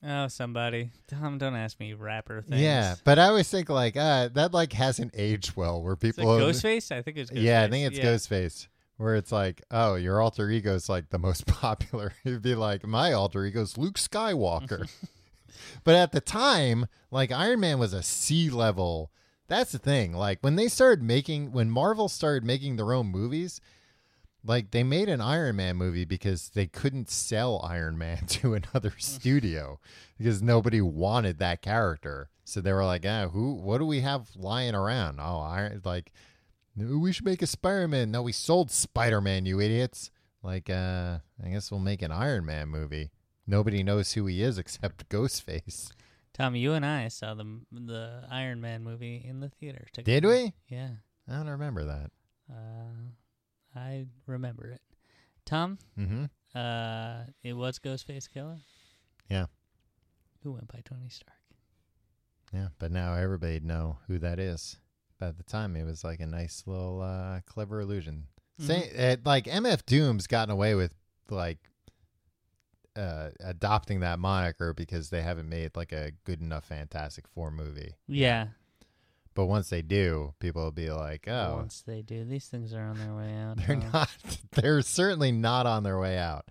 Speaker 3: Oh, somebody, Tom, don't ask me rapper things.
Speaker 2: Yeah, but I always think like uh that like hasn't aged well. Where
Speaker 3: Is it
Speaker 2: people
Speaker 3: Ghostface? I think it's Ghostface.
Speaker 2: Yeah, I think it's Ghostface. Where it's like, oh, your alter ego's like the most popular. It'd be like, my alter ego's Luke Skywalker. but at the time, like Iron Man was a C level. That's the thing. Like when they started making, when Marvel started making their own movies, like they made an Iron Man movie because they couldn't sell Iron Man to another studio because nobody wanted that character. So they were like, ah, who, what do we have lying around? Oh, Iron, like, no, we should make a Spider Man. No, we sold Spider Man, you idiots. Like, uh, I guess we'll make an Iron Man movie. Nobody knows who he is except Ghostface.
Speaker 3: Tom, you and I saw the the Iron Man movie in the theater. together.
Speaker 2: Did we?
Speaker 3: Yeah,
Speaker 2: I don't remember that.
Speaker 3: uh, I remember it. Tom,
Speaker 2: Mm-hmm.
Speaker 3: uh, it was Ghostface Killer.
Speaker 2: Yeah.
Speaker 3: Who went by Tony Stark?
Speaker 2: Yeah, but now everybody know who that is. But at the time, it was like a nice little uh, clever illusion.
Speaker 3: Mhm.
Speaker 2: Say, it, like MF Doom's gotten away with like uh, adopting that moniker because they haven't made like a good enough Fantastic Four movie.
Speaker 3: Yeah.
Speaker 2: But once they do, people will be like, "Oh,
Speaker 3: Once they do, these things are on their way out.
Speaker 2: They're
Speaker 3: huh?
Speaker 2: not. They're certainly not on their way out.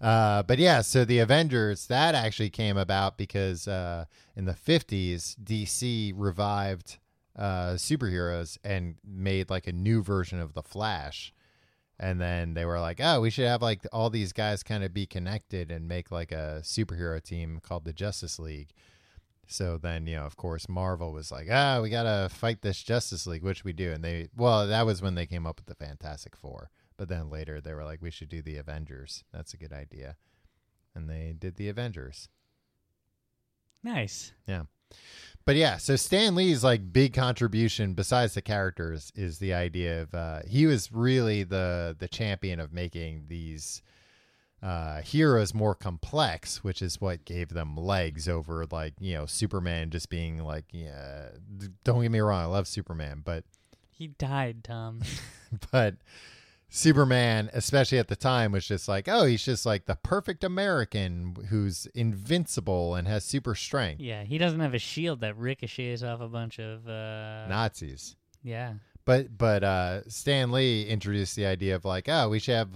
Speaker 2: Uh, but yeah, so the Avengers that actually came about because uh, in the fifties, DC revived uh, superheroes and made like a new version of the Flash. And then they were like, "Oh, we should have like all these guys kind of be connected and make like a superhero team called the Justice League." So then, you know, of course, Marvel was like, ah, we got to fight this Justice League, which we do. And they, well, that was when they came up with the Fantastic Four. But then later they were like, we should do the Avengers. That's a good idea. And they did the Avengers.
Speaker 3: Nice.
Speaker 2: But yeah, so Stan Lee's like big contribution besides the characters is the idea of uh, he was really the the champion of making these uh, heroes more complex, which is what gave them legs over like you know Superman just being like yeah. d- Don't get me wrong, I love Superman, but
Speaker 3: He died, Tom.
Speaker 2: but Superman, especially at the time, was just like, oh, he's just like the perfect American who's invincible and has super strength.
Speaker 3: yeah, he doesn't have a shield that ricochets off a bunch of. Uh,
Speaker 2: Nazis.
Speaker 3: Yeah.
Speaker 2: But but uh, Stan Lee introduced the idea of like, oh, we should have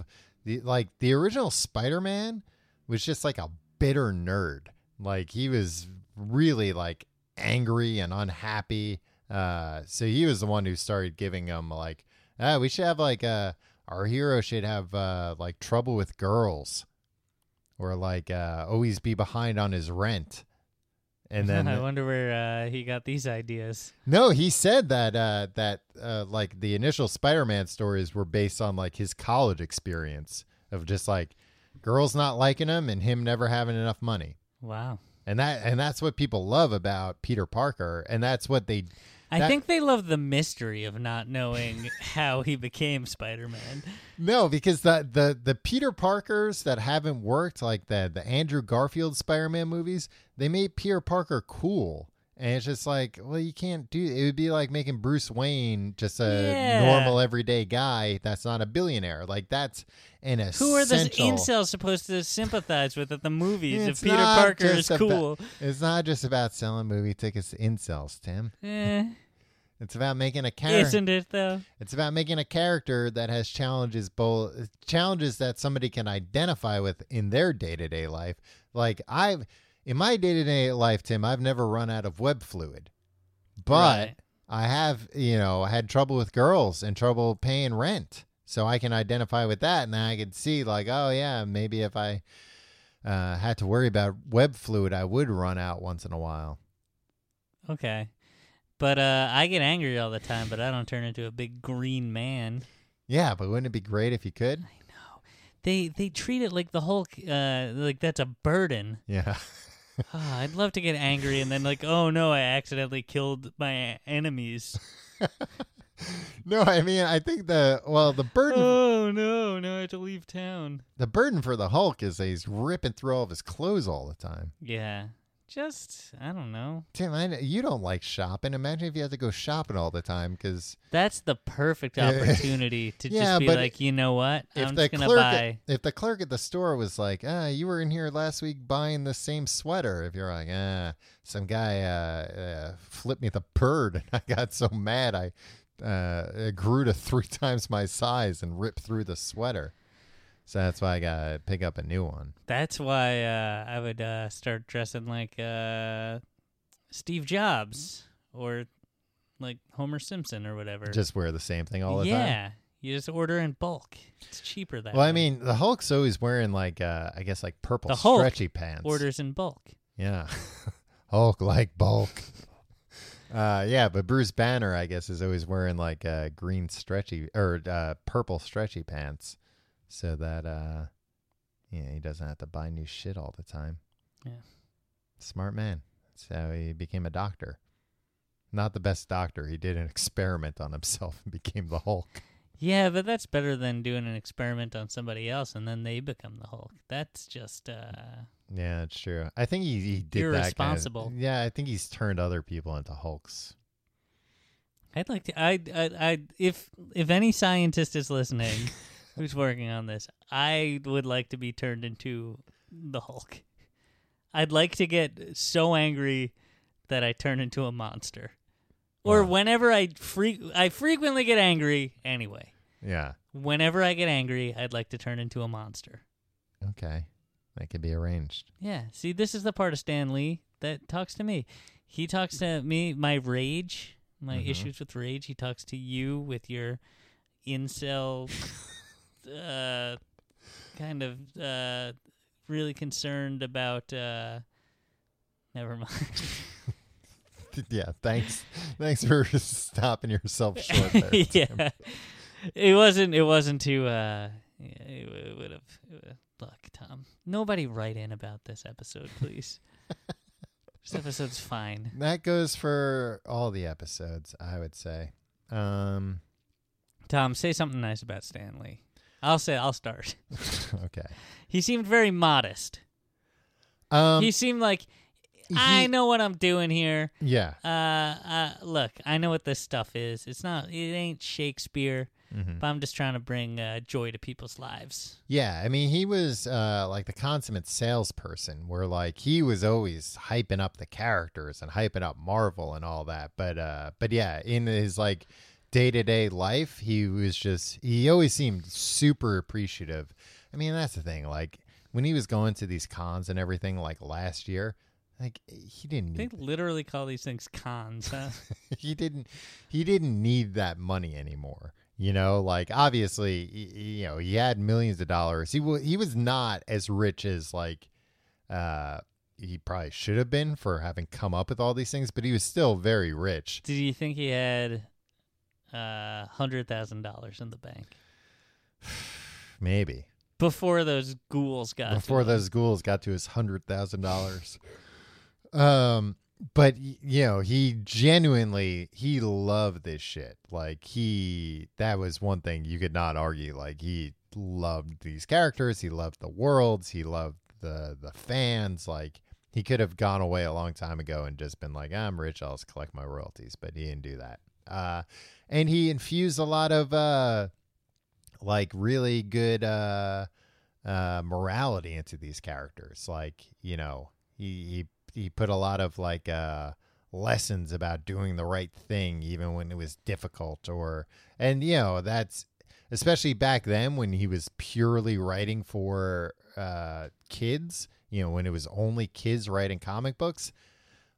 Speaker 2: the like the original Spider Man was just like a bitter nerd. Like he was really like angry and unhappy. Uh, so he was the one who started giving him like, ah, we should have like uh, our hero should have uh, like trouble with girls, or like uh, always be behind on his rent. And then
Speaker 3: I wonder where uh, he got these ideas.
Speaker 2: no, he said that uh, that uh, like the initial Spider-Man stories were based on like his college experience of just like girls not liking him and him never having enough money,
Speaker 3: Wow.
Speaker 2: and that and that's what people love about Peter Parker, and that's what they
Speaker 3: I
Speaker 2: That-
Speaker 3: think they love the mystery of not knowing how he became Spider-Man.
Speaker 2: no because the the the Peter Parkers that haven't worked like the the Andrew Garfield Spider-Man movies they made Peter Parker cool. And it's just like, well, you can't do. It would be like making Bruce Wayne just a
Speaker 3: Yeah.
Speaker 2: normal everyday guy that's not a billionaire. Like that's an
Speaker 3: Who are the
Speaker 2: essential-
Speaker 3: incels supposed to sympathize with at the movies
Speaker 2: It's
Speaker 3: if Peter
Speaker 2: not
Speaker 3: Parker is
Speaker 2: just about-
Speaker 3: cool?
Speaker 2: It's not just about selling movie tickets to incels, Tim.
Speaker 3: Eh,
Speaker 2: It's about making a character.
Speaker 3: isn't it though?
Speaker 2: It's about making a character that has challenges, both challenges that somebody can identify with in their day to day life. Like I've in my day to day life, Tim, I've never run out of web fluid, but
Speaker 3: Right.
Speaker 2: I have, you know, had trouble with girls and trouble paying rent. So I can identify with that, and I can see like, oh yeah, maybe if I uh, had to worry about web fluid, I would run out once in a while.
Speaker 3: Okay. But uh, I get angry all the time, but I don't turn into a big green man.
Speaker 2: Yeah, but wouldn't it be great if you could?
Speaker 3: They they treat it like the Hulk, uh, like that's a burden.
Speaker 2: Yeah.
Speaker 3: Ah, I'd love to get angry and then like, oh no, I accidentally killed my enemies.
Speaker 2: No, I mean, I think the well, the burden
Speaker 3: Oh no, now I have to leave town.
Speaker 2: the burden for the Hulk is that he's ripping through all of his clothes all the time.
Speaker 3: Yeah, just I don't know.
Speaker 2: Tim, I, kn- you don't like shopping. Imagine if you had to go shopping all the time because
Speaker 3: That's the perfect
Speaker 2: Yeah.
Speaker 3: opportunity to
Speaker 2: Yeah,
Speaker 3: just be
Speaker 2: but
Speaker 3: like, you know what?
Speaker 2: if
Speaker 3: I'm
Speaker 2: the
Speaker 3: just gonna
Speaker 2: clerk
Speaker 3: buy.
Speaker 2: if the clerk at the store was like, "Ah, you were in here last week buying the same sweater," if you're like, "Ah, some guy uh, uh, flipped me the bird, and I got so mad I uh, it grew to three times my size and ripped through the sweater," so that's why I got to pick up a new one.
Speaker 3: That's why uh, I would uh, start dressing like uh, Steve Jobs or like Homer Simpson or whatever.
Speaker 2: Just wear the same thing all the time.
Speaker 3: yeah, you just order in bulk. It's cheaper that
Speaker 2: Well,
Speaker 3: way.
Speaker 2: I mean, the Hulk's always wearing like, uh, I guess, like purple
Speaker 3: The Hulk
Speaker 2: stretchy pants.
Speaker 3: orders in bulk.
Speaker 2: Yeah. Hulk like bulk. uh, yeah, but Bruce Banner, I guess, is always wearing like uh, green stretchy or uh, purple stretchy pants so that, uh, yeah, he doesn't have to buy new shit all the time.
Speaker 3: Yeah.
Speaker 2: Smart man. So he became a doctor. Not the best doctor. He did an experiment on himself and became the Hulk.
Speaker 3: Yeah, but that's better than doing an experiment on somebody else and then they become the Hulk. That's just uh,
Speaker 2: Yeah, it's true. I think he, he did that.
Speaker 3: Irresponsible.
Speaker 2: Kind of, yeah, I think he's turned other people into Hulks.
Speaker 3: I'd like to. I, I, I, if if any scientist is listening, who's working on this, I would like to be turned into the Hulk. I'd like to get so angry that I turn into a monster, or
Speaker 2: Wow.
Speaker 3: whenever I freak, I frequently get angry anyway.
Speaker 2: Yeah.
Speaker 3: Whenever I get angry, I'd like to turn into a monster.
Speaker 2: Okay. That could be arranged.
Speaker 3: Yeah. See, this is the part of Stan Lee that talks to me. He talks to me, my rage, my
Speaker 2: Mhm.
Speaker 3: issues with rage. He talks to you with your incel uh, kind of uh, really concerned about. Uh, never mind.
Speaker 2: yeah, thanks. Thanks for stopping yourself short there. Tim.
Speaker 3: yeah. It wasn't. It wasn't too. Uh, it would have. Look, Tom. Nobody write in about this episode, please. this episode's fine.
Speaker 2: That goes for all the episodes, I would say. Um
Speaker 3: Tom, say something nice about Stanley. I'll say I'll start.
Speaker 2: okay.
Speaker 3: He seemed very modest.
Speaker 2: Um
Speaker 3: he seemed like
Speaker 2: he-
Speaker 3: I know what I'm doing here.
Speaker 2: yeah.
Speaker 3: Uh, uh, look, I know what this stuff is. It's not. It ain't Shakespeare.
Speaker 2: mhm.
Speaker 3: But I'm just trying to bring uh, joy to people's lives.
Speaker 2: Yeah, I mean he was uh like the consummate salesperson where like he was always hyping up the characters and hyping up Marvel and all that. But uh but yeah, in his like day-to-day life, he was just he always seemed super appreciative. I mean, that's the thing. Like when he was going to these cons and everything like last year, like he didn't
Speaker 3: They
Speaker 2: need,
Speaker 3: literally call these things cons. Huh?
Speaker 2: he didn't he didn't need that money anymore. You know, like obviously, y- y- you know, he had millions of dollars. He wa he was not as rich as like uh he probably should have been for having come up with all these things, but he was still very rich.
Speaker 3: Did you think he had uh, hundred thousand dollars in the bank
Speaker 2: Maybe
Speaker 3: before those ghouls got to
Speaker 2: before
Speaker 3: him?
Speaker 2: those ghouls got to his hundred thousand dollars. Um, but y- you know, he genuinely he loved this shit. Like he, that was one thing you could not argue. Like he loved these characters. He loved the worlds. He loved the the fans. Like he could have gone away a long time ago and just been like, I'm rich. I'll just collect my royalties. But he didn't do that. Uh, and he infused a lot of uh, like really good uh uh, morality into these characters. Like you know, he he he put a lot of like uh, lessons about doing the right thing, even when it was difficult. Or and you know that's especially back then when he was purely writing for uh, kids. You know, when it was only kids writing comic books.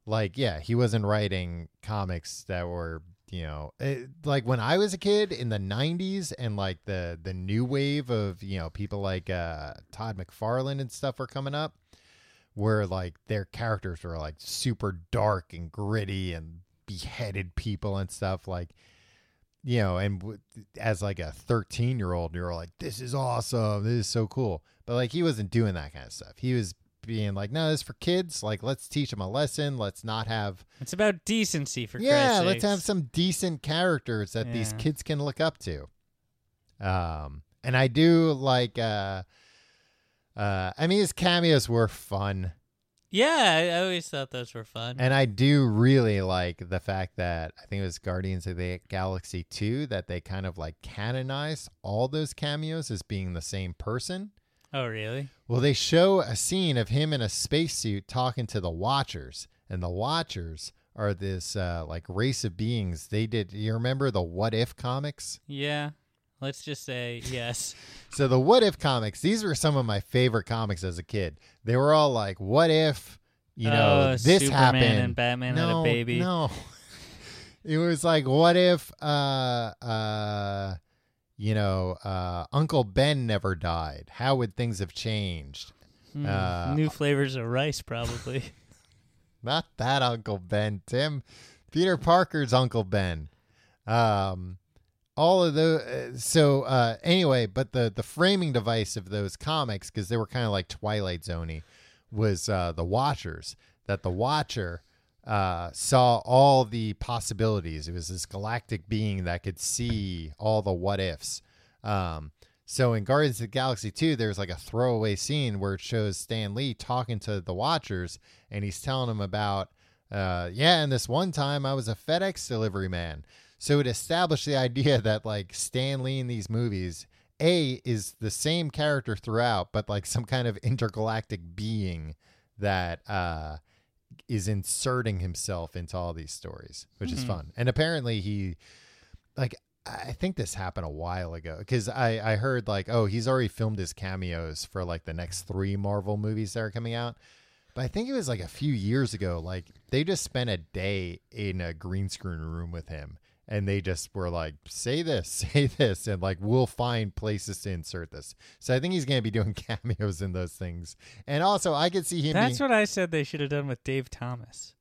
Speaker 2: Like yeah, he wasn't writing comics that were you know it, like when i was a kid in the 90s and like the the new wave of you know people like uh todd mcfarlane and stuff are coming up where like their characters were like super dark and gritty and beheaded people and stuff like you know and w- as like a 13 year old you're like this is awesome this is so cool but like he wasn't doing that kind of stuff he was being like no this is for kids like let's teach them a lesson let's not have
Speaker 3: It's about decency for
Speaker 2: yeah
Speaker 3: Christ's
Speaker 2: let's have
Speaker 3: sakes.
Speaker 2: some decent characters that these
Speaker 3: Yeah.
Speaker 2: kids can look up to um and i do like uh uh i mean his cameos were fun
Speaker 3: Yeah, I I always thought those were fun.
Speaker 2: and I do really like the fact that I think it was Guardians of the Galaxy 2 that they kind of like canonized all those cameos as being the same person.
Speaker 3: oh, really?
Speaker 2: Well, they show a scene of him in a spacesuit talking to the Watchers, and the Watchers are this uh, like race of beings. They did, you remember the What If comics?
Speaker 3: Yeah. Let's just say yes.
Speaker 2: So the what if comics, these were some of my favorite comics as a kid. They were all like, what if, you know,
Speaker 3: Oh,
Speaker 2: this
Speaker 3: Superman
Speaker 2: happened
Speaker 3: and Batman had a baby.
Speaker 2: No. It was like, what if uh uh you know, uh Uncle Ben never died? How would things have changed?
Speaker 3: Hmm.
Speaker 2: Uh,
Speaker 3: New flavors of rice, probably.
Speaker 2: Not that Uncle Ben, Tim. Peter Parker's Uncle Ben. Um, all of the uh, so uh, anyway, but the the framing device of those comics because they were kind of like Twilight Zoney was uh, the Watchers. That the Watcher uh, saw all the possibilities. It was this galactic being that could see all the what ifs. Um, so in Guardians of the Galaxy 2, there's like a throwaway scene where it shows Stan Lee talking to the Watchers and he's telling them about, uh, yeah, and this one time I was a FedEx delivery man. So it established the idea that like Stan Lee in these movies, A, is the same character throughout, but like some kind of intergalactic being that uh, is inserting himself into all these stories, which is
Speaker 3: Hmm.
Speaker 2: fun. And apparently he, like, I think this happened a while ago because I, I heard like, oh, he's already filmed his cameos for like the next three Marvel movies that are coming out. But I think it was like a few years ago. Like they just spent a day in a green screen room with him and they just were like, say this, say this. And like, we'll find places to insert this. So I think he's going to be doing cameos in those things. And also, I could see him.
Speaker 3: That's
Speaker 2: being-
Speaker 3: what I said they should have done with Dave Thomas.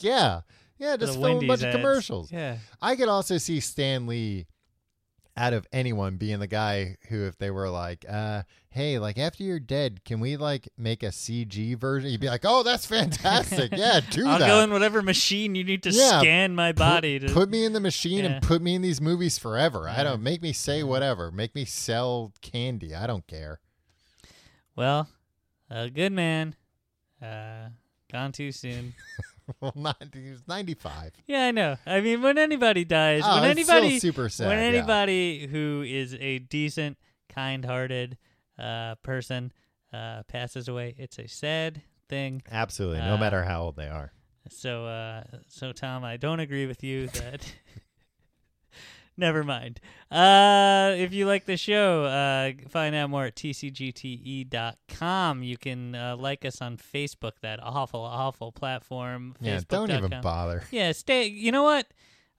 Speaker 2: yeah. Yeah. Just
Speaker 3: the
Speaker 2: film a bunch
Speaker 3: Wendy's
Speaker 2: of
Speaker 3: ads.
Speaker 2: commercials.
Speaker 3: Yeah.
Speaker 2: I could also see Stan Lee out of anyone being the guy who if they were like, uh, hey, like after you're dead, can we like make a CG version? You'd be like, Oh, that's fantastic. Yeah, do
Speaker 3: I'll
Speaker 2: that.
Speaker 3: go in whatever machine you need to
Speaker 2: Yeah,
Speaker 3: scan my
Speaker 2: Put-
Speaker 3: body
Speaker 2: put,
Speaker 3: to.
Speaker 2: me in the machine
Speaker 3: Yeah.
Speaker 2: and put me in these movies forever. I
Speaker 3: Yeah.
Speaker 2: don't make me say whatever. Make me sell candy. I don't care.
Speaker 3: well, a good man. Uh, gone too soon.
Speaker 2: Well, not he was ninety five.
Speaker 3: yeah, I know. I mean, when anybody dies,
Speaker 2: Oh,
Speaker 3: when
Speaker 2: it's still
Speaker 3: anybody
Speaker 2: super sad.
Speaker 3: when
Speaker 2: yeah.
Speaker 3: anybody who is a decent, kind-hearted uh, person uh, passes away, it's a sad thing.
Speaker 2: Absolutely, no
Speaker 3: Uh,
Speaker 2: matter how old they are.
Speaker 3: So, uh, so Tom, I don't agree with you that. Never mind. Uh, if you like the show, uh, find out more at tcgte.com. E You can uh, like us on Facebook, that awful, awful platform.
Speaker 2: Yeah, don't even
Speaker 3: Facebook.com.
Speaker 2: bother.
Speaker 3: Yeah, stay. You know what?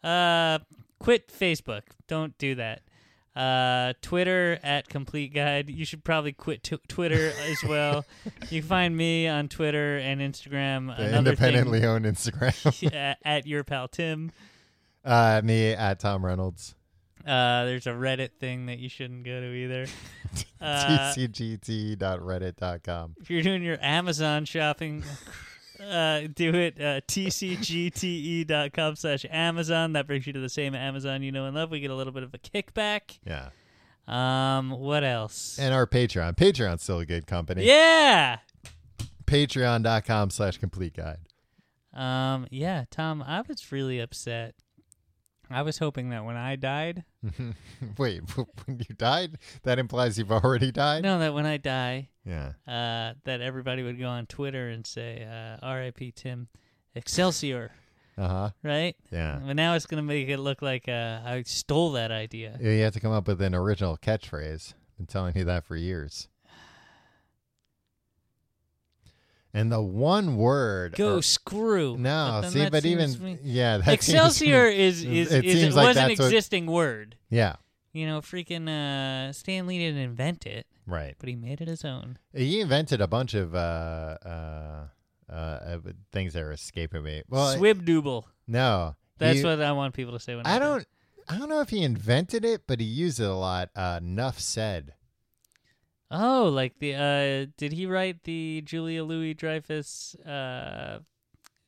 Speaker 3: Uh, quit Facebook. Don't do that. Uh, Twitter at Complete Guide. You should probably quit tw Twitter as well. you can find me on Twitter and Instagram.
Speaker 2: The
Speaker 3: Uh, Another thing-
Speaker 2: independently owned Instagram.
Speaker 3: yeah, at your pal Tim.
Speaker 2: uh, me at Tom Reynolds.
Speaker 3: Uh, there's a Reddit thing that you shouldn't go to either. Uh,
Speaker 2: tcgt.reddit.com.
Speaker 3: if you're doing your Amazon shopping, uh, do it uh, tcgte.com E slash Amazon. That brings you to the same Amazon you know and love. We get a little bit of a kickback.
Speaker 2: Yeah,
Speaker 3: Um, what else?
Speaker 2: and our Patreon. Patreon's still a good company.
Speaker 3: yeah.
Speaker 2: Patreon.com slash complete guide.
Speaker 3: Um, yeah, Tom, I was really upset. I was hoping that when I died,
Speaker 2: Wait, when you died, that implies you've already died.
Speaker 3: no, that when I die,
Speaker 2: Yeah.
Speaker 3: uh, that everybody would go on Twitter and say, uh, "R.I.P. Tim, Excelsior,"
Speaker 2: Uh huh.
Speaker 3: right?
Speaker 2: Yeah.
Speaker 3: But now it's gonna make it look like uh, I stole that idea.
Speaker 2: Yeah, You have to come up with an original catchphrase. been telling you that for years. And the one word.
Speaker 3: Go
Speaker 2: or-
Speaker 3: screw.
Speaker 2: no,
Speaker 3: then
Speaker 2: see,
Speaker 3: that
Speaker 2: but
Speaker 3: seems
Speaker 2: even
Speaker 3: me-
Speaker 2: yeah, that seems-
Speaker 3: Excelsior is
Speaker 2: it
Speaker 3: is, is,
Speaker 2: seems
Speaker 3: it
Speaker 2: like
Speaker 3: was an
Speaker 2: that's what-
Speaker 3: existing word.
Speaker 2: yeah,
Speaker 3: You know, freaking uh, Stan Lee didn't invent it,
Speaker 2: right.
Speaker 3: but he made it his own.
Speaker 2: He invented a bunch of uh, uh, uh, uh, things that are escaping me. Well,
Speaker 3: Swibdooble.
Speaker 2: no,
Speaker 3: That's
Speaker 2: You-
Speaker 3: what I want people to say when I,
Speaker 2: I
Speaker 3: do it.
Speaker 2: don't. I don't know if he invented it, but he used it a lot. Uh, Nuff said.
Speaker 3: Oh, like the uh did he write the Julia Louis Dreyfus uh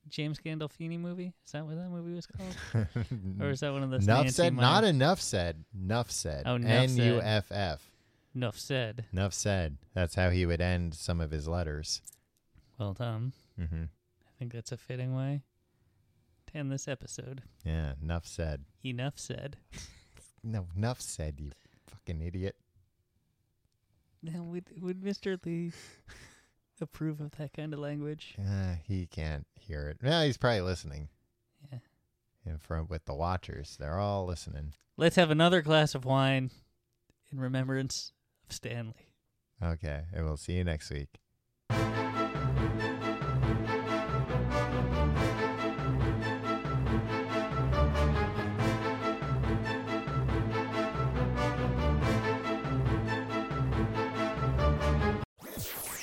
Speaker 3: James Gandolfini movie? Is that what that movie was called? Or is that one of those
Speaker 2: Nuff
Speaker 3: Nancy
Speaker 2: said.
Speaker 3: Meyers-
Speaker 2: Not enough said. Nuff said.
Speaker 3: Oh, Nuff
Speaker 2: N
Speaker 3: said.
Speaker 2: U F F.
Speaker 3: Nuff said.
Speaker 2: Nuff said. That's how he would end some of his letters.
Speaker 3: Well Tom,
Speaker 2: hmm
Speaker 3: I think that's a fitting way to end this episode.
Speaker 2: Yeah. Nuff said.
Speaker 3: Enough said.
Speaker 2: No. Nuff said. You fucking idiot.
Speaker 3: Now would would Mr. Lee approve of that kind of language?
Speaker 2: Uh, he can't hear it. Well, he's probably listening.
Speaker 3: Yeah.
Speaker 2: In front with the watchers, they're all listening.
Speaker 3: Let's have another glass of wine in remembrance of Stanley.
Speaker 2: Okay, and we'll see you next week.